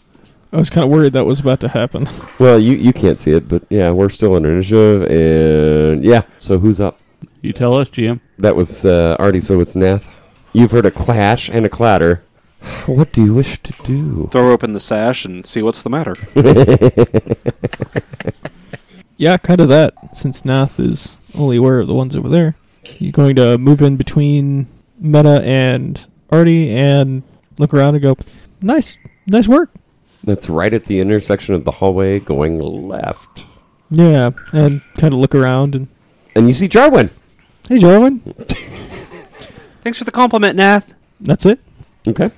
I was kind of worried that was about to happen.
Well, you you can't see it, but yeah, we're still under initiative, and yeah. So who's up?
You tell us, GM.
That was uh, Artie. So it's Nath. You've heard a clash and a clatter. What do you wish to do?
Throw open the sash and see what's the matter.
Yeah, kind of that. Since Nath is only aware of the ones over there, he's going to move in between Meta and Artie and look around and go, "Nice, nice work."
That's right at the intersection of the hallway, going left.
Yeah, and kind of look around and,
And you see Jarwin.
"Hey, Jarwin,
Thanks for the compliment, Nath.
that's it."
Okay.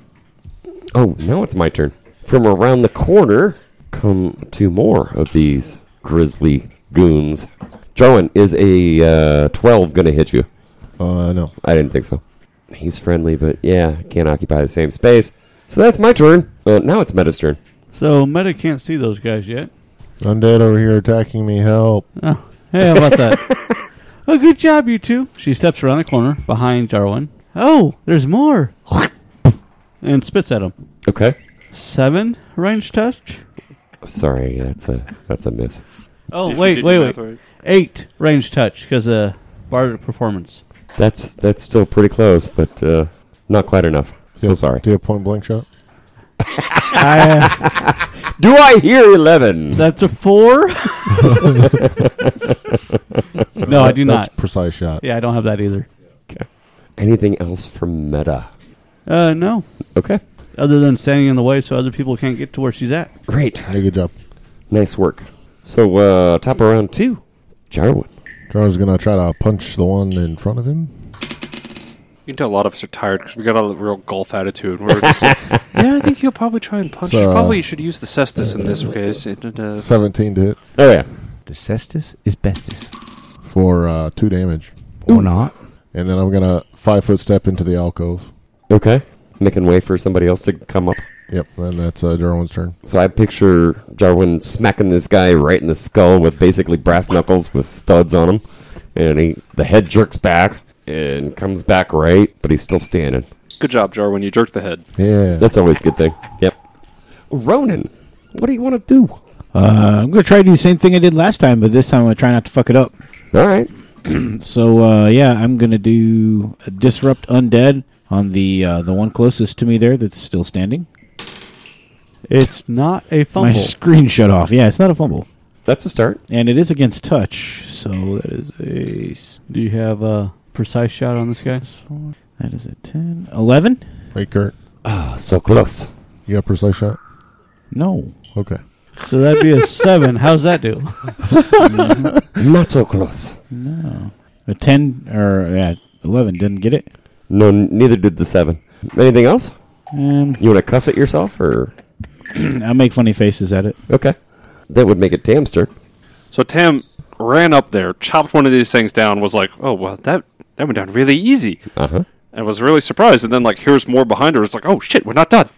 Oh, now it's my turn. From around the corner come two more of these grizzly goons. Jarwin, is a uh, 12 going to hit you?
Uh, no.
I didn't think so. He's friendly, but yeah, can't occupy the same space. So that's my turn. Uh, now it's Meta's turn.
So Meta can't see those guys yet.
Undead over here attacking me. Help.
Oh, hey, how about that? oh, good job, you two. She steps around the corner behind Jarwin. Oh, there's more. and spits at him.
Okay.
Seven range touch.
Sorry, that's a that's a miss.
Oh, wait, wait, wait. Eight range touch because of bardic performance.
That's that's still pretty close, but uh, not quite enough. So
Yeah.
sorry.
Do you have point blank shot?
I,
Do I hear 11?
that's a four. no, I do
That's
not.
precise shot.
Yeah, I don't have that either.
Anything else from Meta?
Uh, no.
Okay.
Other than standing in the way so other people can't get to where she's at.
Great.
Hey, good job.
Nice work. So, uh, top of round two, Jarwin.
Jarwin's gonna try to punch the one in front of him.
You can tell a lot of us are tired because we got a real golf attitude. We're just like, yeah, I think you'll probably try and punch. you
So-
probably should use the cestus in this case. It, it, uh,
Seventeen to hit
Oh, yeah.
The cestus is bestus.
for uh, two damage,
Or not.
and then I'm gonna five foot step into the alcove.
Okay. Making way for somebody else to come up.
Yep, and that's uh, Jarwin's turn.
So I picture Jarwin smacking this guy right in the skull with basically brass knuckles with studs on him. And he, the head jerks back and comes back right, but he's still standing.
good job, Jarwin. You jerked the head.
Yeah,
That's always a good thing. Yep. Ronan, what do you want to do?
Uh, I'm gonna try to do the same thing I did last time, but this time I'm gonna try not to fuck it up.
All right.
So uh, yeah, I'm gonna do a disrupt undead on the uh, the one closest to me there that's still standing.
It's not a
My
fumble.
screen shut off. Yeah, it's not a fumble,
That's a start.
and it is against touch. So that is a s-
do you have a precise shot on this guy?
that is a 10, 11?
Wait, Kurt,
Ah, so close.
you got precise shot?
No,
Okay.
So that'd be a seven. How's that do?
Not so close.
no, a ten or yeah, eleven didn't get it.
No, neither did the seven. Anything else?
Um,
You want to cuss at yourself or
I make funny faces at it.
okay? That would make it Tam's turn.
So Tam ran up there, chopped one of these things down, was like, oh, well, that, that went down really easy.
Uh huh.
And was really surprised. And then, like, here's more behind her. It's like, oh, shit, we're not done.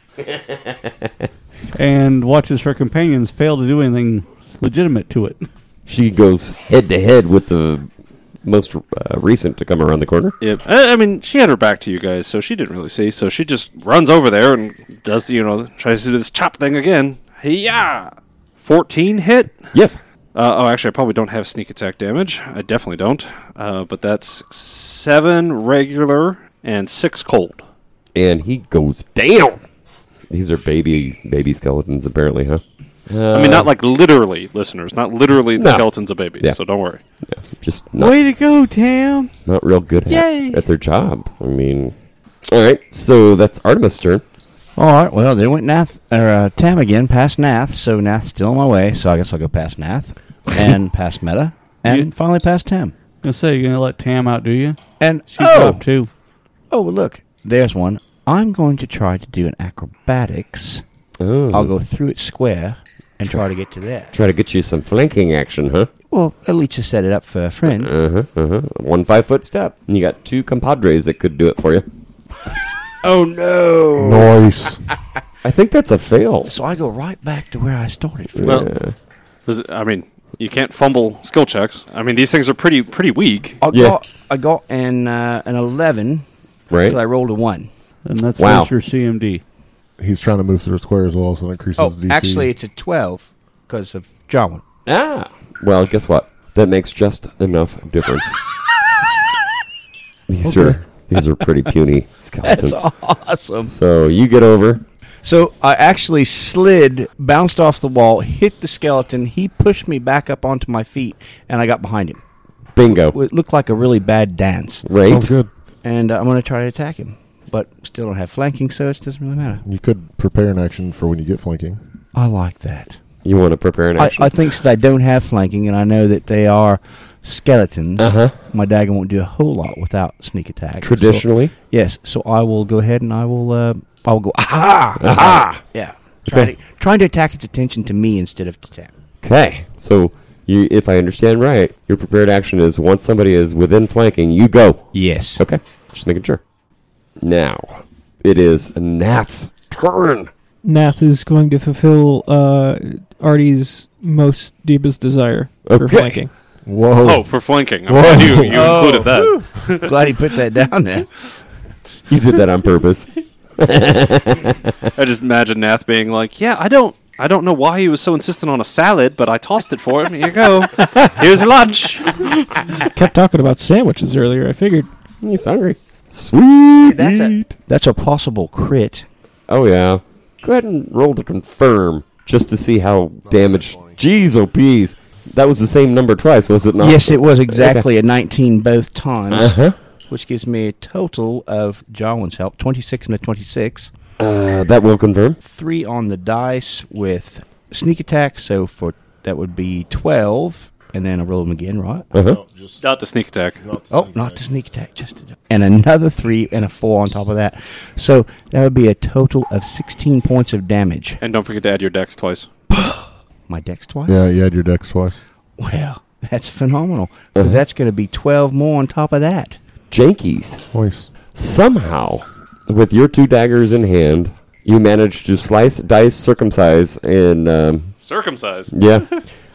and watches her companions fail to do anything legitimate to it.
She goes head to head with the most uh, recent to come around the corner.
Yeah, I, I mean, she had her back to you guys, so she didn't really see. So she just runs over there and does, you know, tries to do this chop thing again. Yeah, fourteen hit.
Yes.
Uh, oh, actually, I probably don't have sneak attack damage. I definitely don't. Uh, but that's seven regular and six cold.
And he goes down. These are baby baby skeletons, apparently, huh?
I mean, not
Uh,
like literally, listeners, not literally the
No.
skeletons of babies.
Yeah.
So don't worry.
Yeah, just not
to go, Tam!
not real good at, at their job. I mean, all right. So that's Artemis' turn.
All right. Well, they went Nath or uh, Tam again past Nath, so Nath's still in my way. So I guess I'll go past Nath and past Meta, and
You-
finally past Tam.
gonna say you're gonna let Tam out, do you?
And
She
oh,
dropped too.
oh, look, there's one. I'm going to try to do an acrobatics.
Oh,
I'll go through it square and try to get to there.
try to get you some flanking action, huh?
Well, at least to set it up for a friend.
Uh huh. Uh huh. One five foot step. And you got two compadres that could do it for you. oh no!
Nice.
I think that's a fail.
So I go right back to where I started from.
Well, 'cause, I mean, you can't fumble skill checks. I mean, these things are pretty pretty weak.
I
yeah.
got I got an uh, an eleven,
Right.
but I rolled a one.
And that's
Wow.
that's your CMD.
He's trying to move through squares well, so it increases
Oh,
DC.
actually, it's a twelve because of Jarwin.
Ah. Well, guess what? That makes just enough difference. these are these are pretty puny skeletons.
Awesome.
So you get over.
So I actually slid, bounced off the wall, hit the skeleton. He pushed me back up onto my feet, and I got behind him.
Bingo.
It looked like a really bad dance,
Right.
sounds good.
and uh, I'm going to try to attack him, but still don't have flanking, so it doesn't really matter.
You could prepare an action for when you get flanking.
I like that.
You want to prepare an
I,
action.
I think since I don't have flanking, and I know that they are skeletons,
uh huh.
my dagger won't do a whole lot without sneak attack. So-
Traditionally.
yes. So I will go ahead and I will. Uh, I will go. Aha! Aha! Yeah. Trying, to, trying to attack its attention to me instead of to Tam.
Okay. So you, if I understand right, your prepared action is once somebody is within flanking, you go.
Yes.
Okay. Just making sure. Now, it is Nat's turn.
Nath is going to fulfill uh, Artie's most deepest desire for
Okay.
flanking.
Oh,
Whoa.
for flanking. I'm
Whoa.
glad you, you
Oh.
included that.
Glad he put that down there.
You did that on purpose.
I just imagine Nath being like, "Yeah, I don't, I don't know why he was so insistent on a salad, but I tossed it for him. Here you go. Here's lunch."
Kept talking about sandwiches earlier. I figured
He's hungry. Sweet.
That's a that's a possible crit.
Oh yeah. Go ahead and roll to confirm just to see how damaged. Jeez, oh peas. That was the same number twice, was it not?
Yes, it was exactly a 19 both times,
Uh huh.
which gives me a total of Jarwin's help 26 and a 26,
Uh, that will confirm.
three on the dice with sneak attack. So for that would be 12, and then I roll them again, right?
Uh huh.
Not the sneak attack.
Oh, not the sneak attack, just the, and another three and a four on top of that. So that would be a total of 16 points of damage.
And don't forget to add your dex twice.
My dex twice.
Yeah, you had your dex twice.
Well, that's phenomenal. 'Cause that's going to be 12 more on top of that.
Jankies.
Twice.
Somehow, with your two daggers in hand, you managed to slice, dice, circumcise, and um,
Circumcised.
yeah,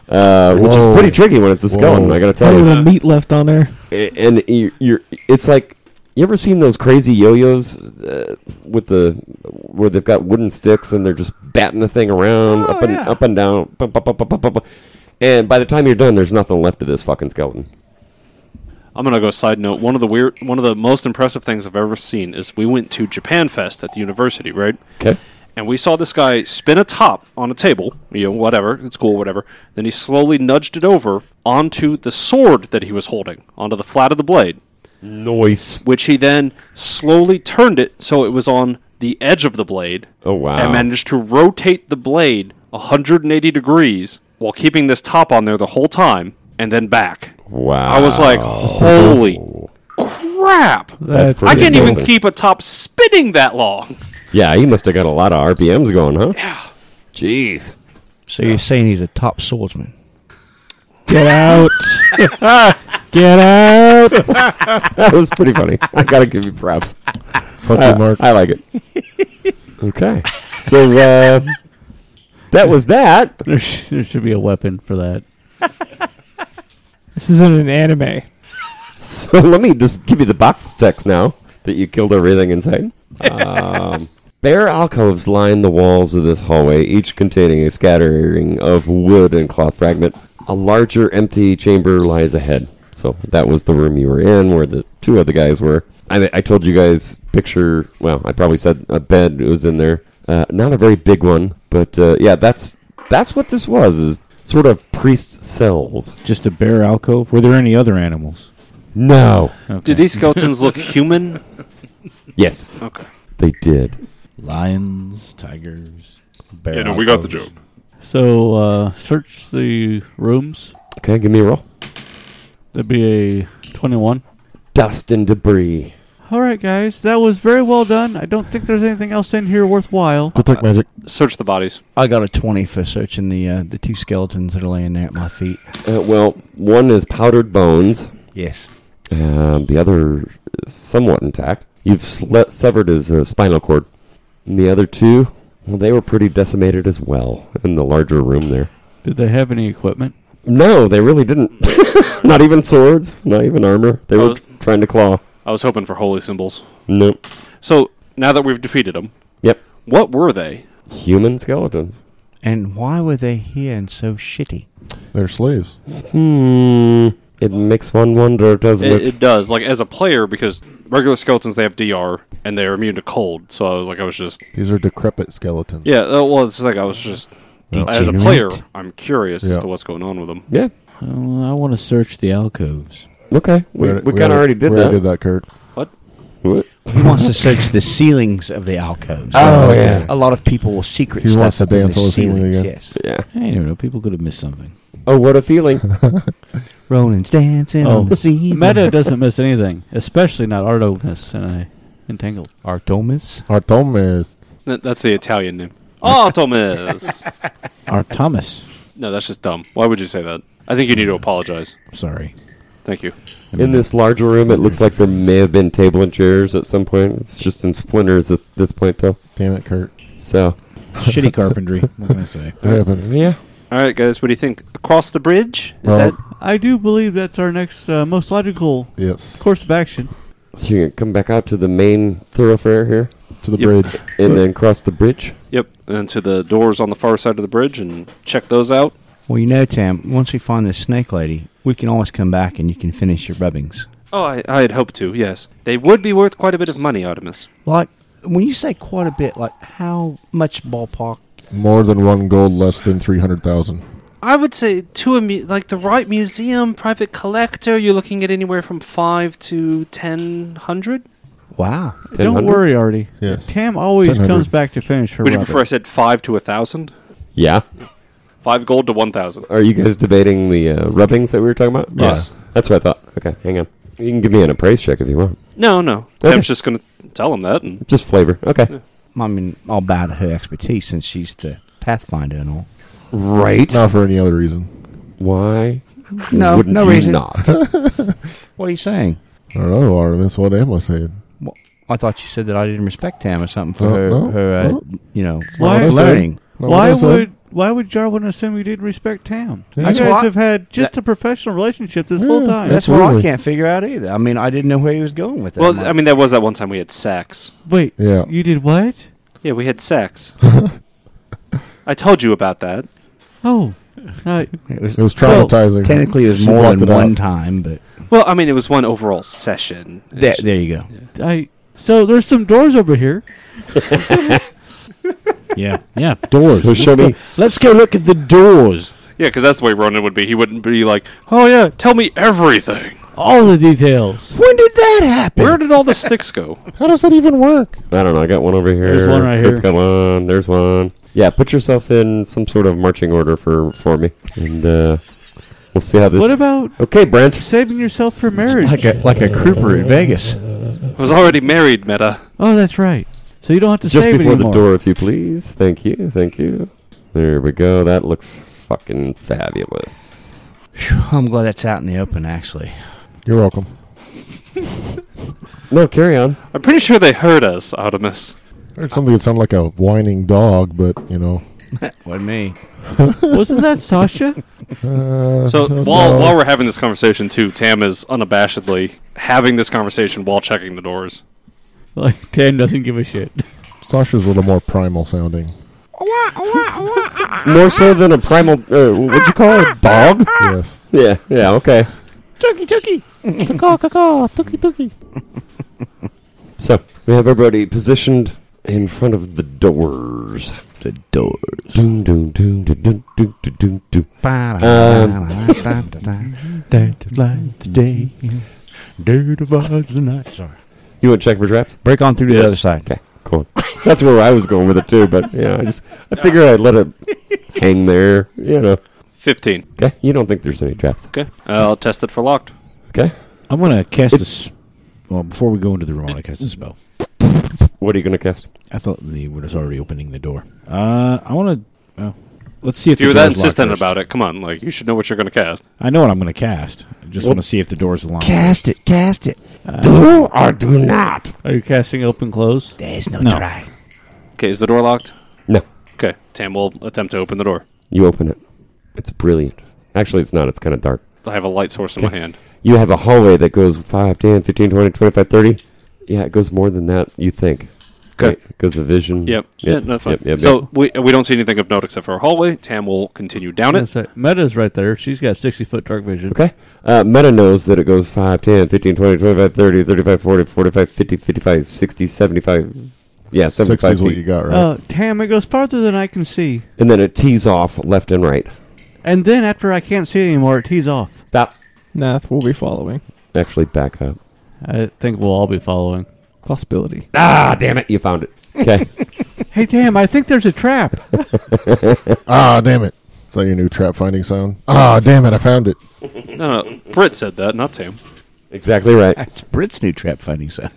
uh, which is
Whoa.
pretty tricky when it's a skeleton.
Whoa.
I gotta
I
tell
had a
you.
little meat left on there.
A- and you- you're it's like you ever seen those crazy yo-yos uh, with the where they've got wooden sticks and they're just batting the thing around
Oh,
up and up and down bum, bum, bum, bum, bum, bum, bum. and by the time you're done there's nothing left of this fucking skeleton
I'm gonna go side note. One of the weird, one of the most impressive things I've ever seen is we went to Japan Fest at the university, right?
okay
And we saw this guy spin a top on a table, you know, whatever, it's cool, whatever. Then he slowly nudged it over onto the sword that he was holding, onto the flat of the blade,
noise
which he then slowly turned it so it was on the edge of the blade.
oh wow
and managed to rotate the blade 180 degrees while keeping this top on there the whole time and then back.
wow
I was like, holy crap!
that's pretty
I can't even
amazing.
keep a top spinning that long.
yeah he must have got a lot of rpms going huh yeah jeez
So you're saying he's a top swordsman?
Get out. Get out.
that was pretty funny. I gotta give you props.
Fuck
I,
you, Mark.
Uh, I like it. okay, so uh, that was that.
There, sh- there should be a weapon for that.
This isn't an anime.
So let me just give you the box text now that you killed everything inside. Um, bare alcoves line the walls of this hallway, each containing a scattering of wood and cloth fragment. A larger empty chamber lies ahead. So that was the room you were in, where the two other guys were. I, I told you guys picture. Well, I probably said a bed was in there. Uh, not a very big one, but uh, yeah, that's that's what this was. Is sort of priest cells.
Just a bare alcove. Were there any other animals?
No.
Okay.
Did these skeletons look human?
Yes,
Okay.
they did.
Lions, tigers, bears.
You know, we got the joke.
So uh, search the rooms.
Okay, give me a roll.
That'd be a twenty-one.
dust and debris.
All right, guys, that was very well done. I don't think there's anything else in here worthwhile.
Detect magic.
Search the bodies.
I got a 20 for searching the uh, the two skeletons that are laying there at my feet.
Uh, well, one is powdered bones,
Yes.
um, the other is somewhat intact. You've sle- severed his uh, spinal cord. And the other two, well, they were pretty decimated as well in the larger room there.
Did they have any equipment?
No, they really didn't. not even swords, not even armor. They
Oh,
were trying to claw.
I was hoping for holy symbols.
Nope.
So now that we've defeated them,
Yep.
What were they?
Human skeletons.
And why were they here and so shitty?
They're slaves.
Hmm. It makes one wonder, doesn't
It,
it?
it does like as a player because regular skeletons they have DR and they're immune to cold. So I was like, I was just
These are decrepit skeletons.
yeah. uh, Well, it's like I was just as a player, I'm curious as
Yeah.
to what's going on with them.
Yeah.
Well, I want to search the alcoves.
Okay. We, we, kind of already did
we
that.
did that, Kurt.
What?
He wants to search the ceilings of the alcoves.
Oh, yeah.
A lot of people will secret
He
stuff
wants to
in
dance
the
on the ceiling
ceilings,
again.
Yes.
Yeah.
I don't know. People could have missed something.
Oh, what a feeling.
Roland's dancing
Oh.
on the ceiling.
Meta doesn't miss anything, especially not Artemis and I entangled.
Artomis.
Artomis.
That, that's the Italian name. Oh, Thomas.
Artemis.
no, that's just dumb. Why would you say that? I think you need to apologize.
Sorry.
Thank you.
In this larger room, it looks like there may have been table and chairs at some point. It's just in splinters at this point, though.
Damn it, Kurt.
So,
Shitty carpentry. What can I say?
It happens.
yeah.
All right, guys, what do you think? Across the bridge? Is
Well-
that
I do believe that's our next uh, most logical
Yes.
course of action.
So you're going to come back out to the main thoroughfare here
To the
Yep.
bridge.
and then cross the bridge.
Yep, and to the doors on the far side of the bridge and check those out.
Well, you know, Tam, once we find this snake lady, we can always come back and you can finish your rubbings.
Oh, I, I had hoped to, yes. They would be worth quite a bit of money, Artemis.
Like, when you say quite a bit, like, how much ballpark?
More than one gold, less than 300,000.
I would say to a mu- like the right museum, private collector, you're looking at anywhere from five to ten hundred.
Wow.
Don't
1000?
worry, Artie.
Yes.
Tam always
1000.
comes back to finish her.
Would you
rabbit.
prefer I said five to a thousand?
Yeah.
Five gold to one thousand.
Are you guys debating the uh, rubbings that we were talking about?
Yes.
Yeah. That's what I thought. Okay, hang on. You can give me an appraise check if you want.
No, no.
Okay.
Tam's just gonna tell him that, and
Just flavor. Okay.
I mean, I'll bow to her expertise since she's the pathfinder and all.
Right.
Not for any other reason.
Why?
No,
wouldn't
no
you
reason.
Not?
What are you saying?
I don't know, Artemis. What am I saying?
I thought you said that I didn't respect Tam or something for
Uh,
her,
no,
her uh,
no.
you know,
not what I said.
learning.
Not
why
what I said.
would why would Jarwin assume you didn't respect Tam? You
That's
guys
why-
have had just a professional relationship this whole
Yeah,
time.
That's what I
Absolutely.
can't figure out either. I mean, I didn't know where he was going with it.
well,
I'm like,
I mean, that was that one time we had sex.
Wait,
Yeah.
you did what?
Yeah, we had sex. I told you about that.
Oh, uh,
it was
It was traumatizing.
technically it was
She
more
blocked
than
it out.
one time, but
Well, I mean, it was one overall session. It's
there,
just-
there you go.
I. So there's some doors over here.
Yeah. Yeah. Doors.
So show me.
Let's go look at the doors.
Yeah, because that's the way Ronan would be. He wouldn't be like, "Oh yeah, tell me everything.
All the details.
When did that happen?
Where did all the sticks go?"
How does that even work?
I don't know. I got one over here.
There's one right
Kurt's
here.
got one. There's one. Yeah, put yourself in some sort of marching order for for me, and uh, we'll see how this.
What about
okay, Brent.
saving yourself for marriage?
Like a like a crooper in Vegas.
I was already married, Meta.
Oh, that's right. So you don't have to
Just
save
before
anymore.
the door, if you please. Thank you. Thank you. There we go. That looks fucking fabulous.
Phew, I'm glad that's out in the open, actually.
You're welcome.
No, carry on.
I'm pretty sure they heard us, Artemis.
I heard something that sounded like a whining dog, but you know.
What me?
Wasn't that Sasha?
Uh,
So
no,
while
no.
while we're having this conversation too, Tam is unabashedly having this conversation while checking the doors.
Like Tan doesn't give a shit.
Sasha's a little more primal sounding.
More so than a primal. Uh, what'd you call it? A dog?
Ah!
Yes.
Yeah. Yeah. Okay.
Tookie, tookie. Caw, caw, caw. Tookie, tookie.
So we have everybody positioned in front of the doors. The doors. Doom, doom, doom, doom, doom, doom, doom, doom, doom.
Um,
today. Dirt vibes tonight. Sorry.
You want to check for traps?
Break on through to the other side.
Okay. Cool. That's where I was going with it too, but yeah, I just I figured I'd let it hang there. You know.
Fifteen.
Okay. You don't think there's any traps?
Okay, I'll test it for locked.
Okay.
I'm gonna cast
It-
a. s- Well, before we go into the room, I'm gonna cast a spell.
What are you gonna cast?
I thought the were was already opening the door. Uh, I want to. Uh, let's see if
If you were
the
that
door's locked
insistent
first.
about it, come on, like you should know what you're going to cast.
I know what I'm gonna cast. I just
Well-
want to see if the door's locked.
Cast it, cast it.
Uh, Do or do not.
Are you casting open close?
There's no,
No.
try.
Okay, is the door locked?
No.
Okay, Tam will attempt to open the door.
You open it. It's brilliant. Actually, it's not. It's kind of dark.
I have a light source in my hand.
You have a hallway that goes 5, 10, 15, 20, 25, 30. Yeah, it goes more than that, you think.
Okay.
Right? It goes to vision.
Yep. Yeah, that's fine.
Yep, yep,
so
yep.
we we don't see anything of note except for a hallway. Tam will continue down it.
That's it. Meta's right there. She's got 60 foot dark vision.
Okay. Uh, Meta knows that it goes 5, 10, 15, 20, 25, 30, 35, 40, 45, 50, 55, 60, 75. Yeah,
60
75
is what you
feet.
got, right?
Uh, Tam, it goes farther than I can see.
And then it tees off left and right.
And then after I can't see anymore, it tees off.
Stop.
Nath will be following.
Actually, back up.
I think we'll all be following.
Possibility.
Ah, damn it. You found it. Okay.
Hey, Tam, I think there's a trap.
ah, damn it. Is that your new trap finding sound? Ah, damn it. I found it.
No, no, Britt said that, not Tam.
exactly right.
That's Brit's new trap finding sound.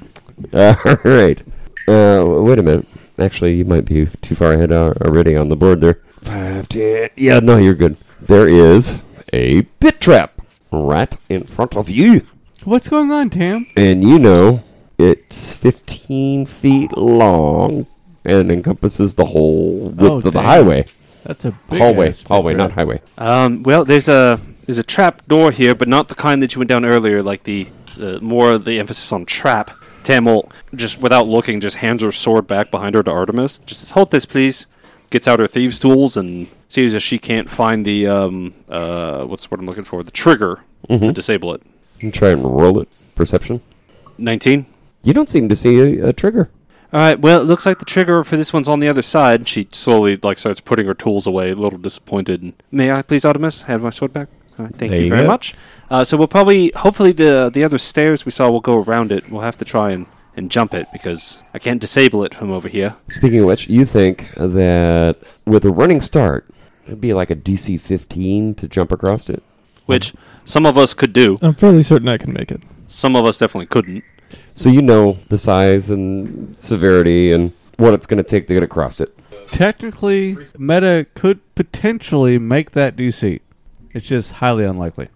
All right. Uh, w- wait a minute. Actually, you might be too far ahead al- already on the board there. Five, ten. Yeah, no, you're good. There is a pit trap right in front of you.
What's going on, Tam?
And you know, it's 15 feet long and encompasses the whole width
Oh,
of the
damn.
highway.
That's a big
hallway.
ass
Hallway, not
trap.
highway.
Um, well, there's a there's a trap door here, but not the kind that you went down earlier. Like the, the more the emphasis on trap. Tam will just without looking, just hands her sword back behind her to Artemis. Just says, hold this, please. Gets out her thieves' tools and sees if she can't find the um uh what's the word I'm looking for the trigger to disable it.
You try and roll it. Perception.
Nineteen.
You don't seem to see a, a trigger.
All right. Well, it looks like the trigger for this one's on the other side. She slowly like starts putting her tools away, a little disappointed. May I please, Artemis, have my sword back? All right, thank
There
you,
you
very
go.
much. Uh, so we'll probably, hopefully, the the other stairs we saw will go around it. We'll have to try and and jump it because I can't disable it from over here.
Speaking of which, you think that with a running start, it'd be like a DC 15 to jump across it?
Which some of us could do,
I'm fairly certain I can make it.
some of us definitely couldn't.
So you know the size and severity and what it's going to take to get across it.
Technically, Meta could potentially make that DC. It's just highly unlikely.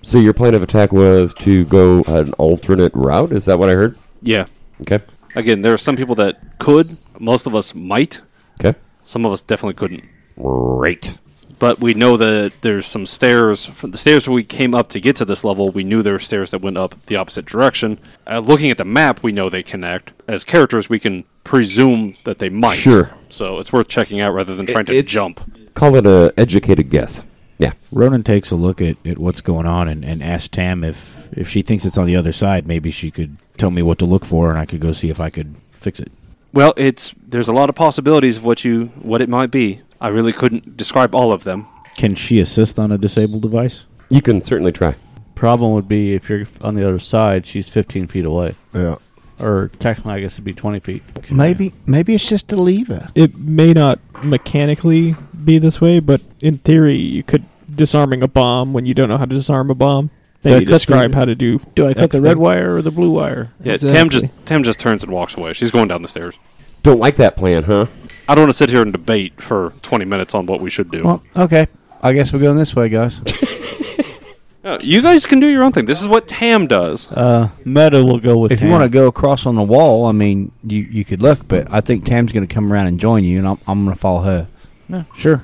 So your plan of attack was to go an alternate route. Is that what I heard?
Yeah.
Okay.
Again, there are some people that could. Most of us might.
Okay.
Some of us definitely couldn't.
Great.
but we know that there's some stairs from the stairs we came up to get to this level we knew there were stairs that went up the opposite direction uh, looking at the map we know they connect as characters we can presume that they might
Sure.
so it's worth checking out rather than trying to
it-
jump
Call it a educated guess. Yeah.
Ronan takes a look at, at what's going on and, and asks Tam if if she thinks it's on the other side. Maybe she could tell me what to look for, and I could go see if I could fix it.
well it's there's a lot of possibilities of what you what it might be i really couldn't describe all of them
Can she assist on a disabled device?
You can certainly try.
Problem would be if you're on the other side, she's 15 feet away.
Yeah.
Or technically, I guess it'd be 20 feet.
maybe maybe it's just a lever.
It may not mechanically be this way, but in theory, you could disarming a bomb when you don't know how to disarm a bomb.
Do I
They
cut the-
describe how to do.
Do I cut
Next
the red
thing.
wire or the blue wire?
yeah tam just tam just turns and walks away she's going down the stairs
Don't like that plan, huh?
i don't want to sit here and debate for 20 minutes on what we should do
Well, okay. I guess we're going this way, guys.
No, Uh, you guys can do your own thing. This is what Tam does.
Uh,
Meta will go with.
if you want to go across on the wall, I mean, you, you could look, but I think Tam's going to come around and join you, and I'm, I'm going to follow her.
No, sure.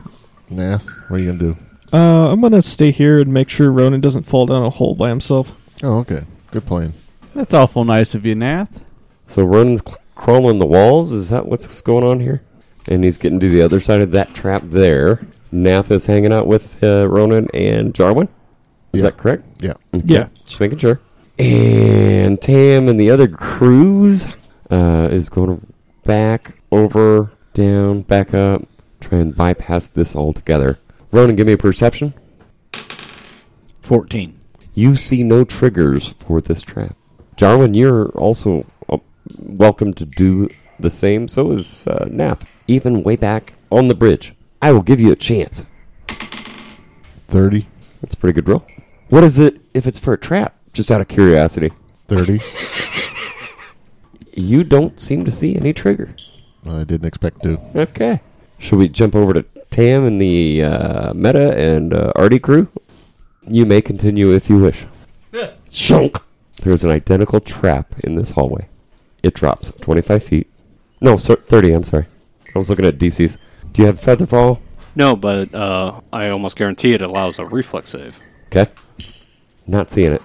Nass, what are you gonna do?
Uh, I'm gonna stay here and make sure Ronan doesn't fall down a hole by himself.
Oh, okay. Good plan.
that's awful nice of you, Nath.
So Ronan's cl- crawling the walls. Is that what's going on here? And he's getting to the other side of that trap there. Nath is hanging out with uh, Ronan and Jarwin. Is
Yeah.
that correct?
Yeah.
Okay.
Yeah.
Just making sure. And Tam and the other crews uh, is going back over, down, back up, try and bypass this altogether. Ronan, give me a perception.
14.
You see no triggers for this trap. Jarwin, you're also uh, welcome to do the same. So is uh, Nath, even way back on the bridge. I will give you a chance.
Thirty.
That's a pretty good roll. What is it if it's for a trap? Just out of curiosity.
Thirty.
You don't seem to see any trigger.
I didn't expect to.
Okay. Should we jump over to Tam and the uh, Meta and uh, Artie crew? You may continue if you wish. Shunk! There is an identical trap in this hallway. It drops 25 feet. No, sir, 30, I'm sorry. I was looking at DCs. Do you have Featherfall?
No, but uh, I almost guarantee it allows a reflex save.
Okay. Not seeing it.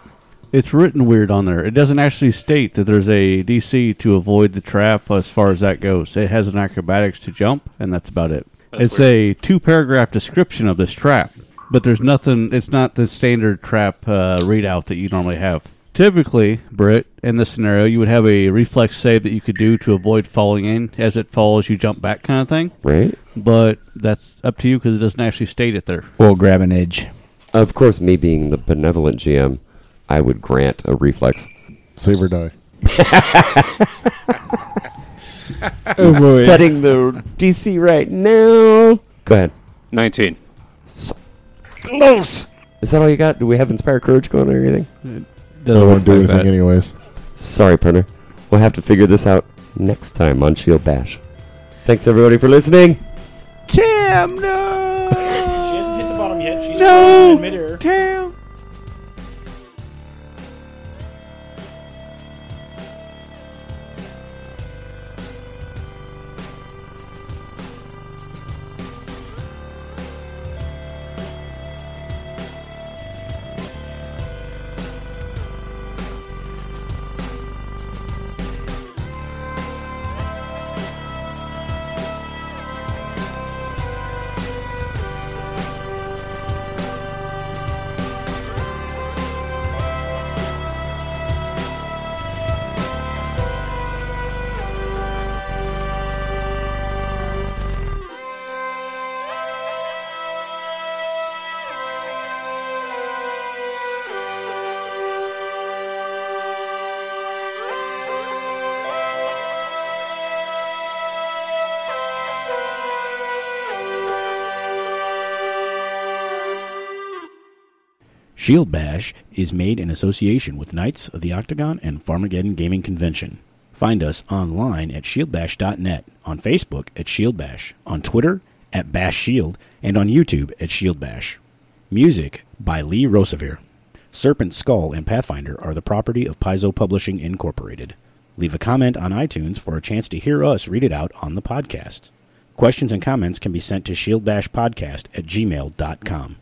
It's written weird on there. It doesn't actually state that there's a DC to avoid the trap as far as that goes. It has an acrobatics to jump, and that's about it.
That's
it's a two paragraph description of this trap, but there's nothing, it's not the standard trap uh, readout that you normally have. Typically, Britt, in this scenario, you would have a reflex save that you could do to avoid falling in. As it falls, you jump back, kind of thing.
Right?
But that's up to you because it doesn't actually state it there.
We'll grab an edge.
Of course, me being the benevolent GM, I would grant a reflex.
Save or die.
Oh boy.
Setting the DC right now. Go ahead.
19.
Close. Is that all you got? Do we have Inspire Courage going or anything?
I
Doesn't
don't
work
want to do
like
anything
that.
anyways.
Sorry, partner. We'll have to figure this out next time on Shield Bash. Thanks everybody for listening.
Cam, no!
She hasn't hit the bottom yet. She's
No!
in midair.
Cam!
Shield Bash is made in association with Knights of the Octagon and Farmageddon Gaming Convention. Find us online at shieldbash.net, on Facebook at Shield Bash, on Twitter at Bash Shield, and on YouTube at Shield Bash. Music by Lee Rosevier. Serpent Skull and Pathfinder are the property of Paizo Publishing Incorporated. Leave a comment on iTunes for a chance to hear us read it out on the podcast. Questions and comments can be sent to shieldbashpodcast at gmail.com.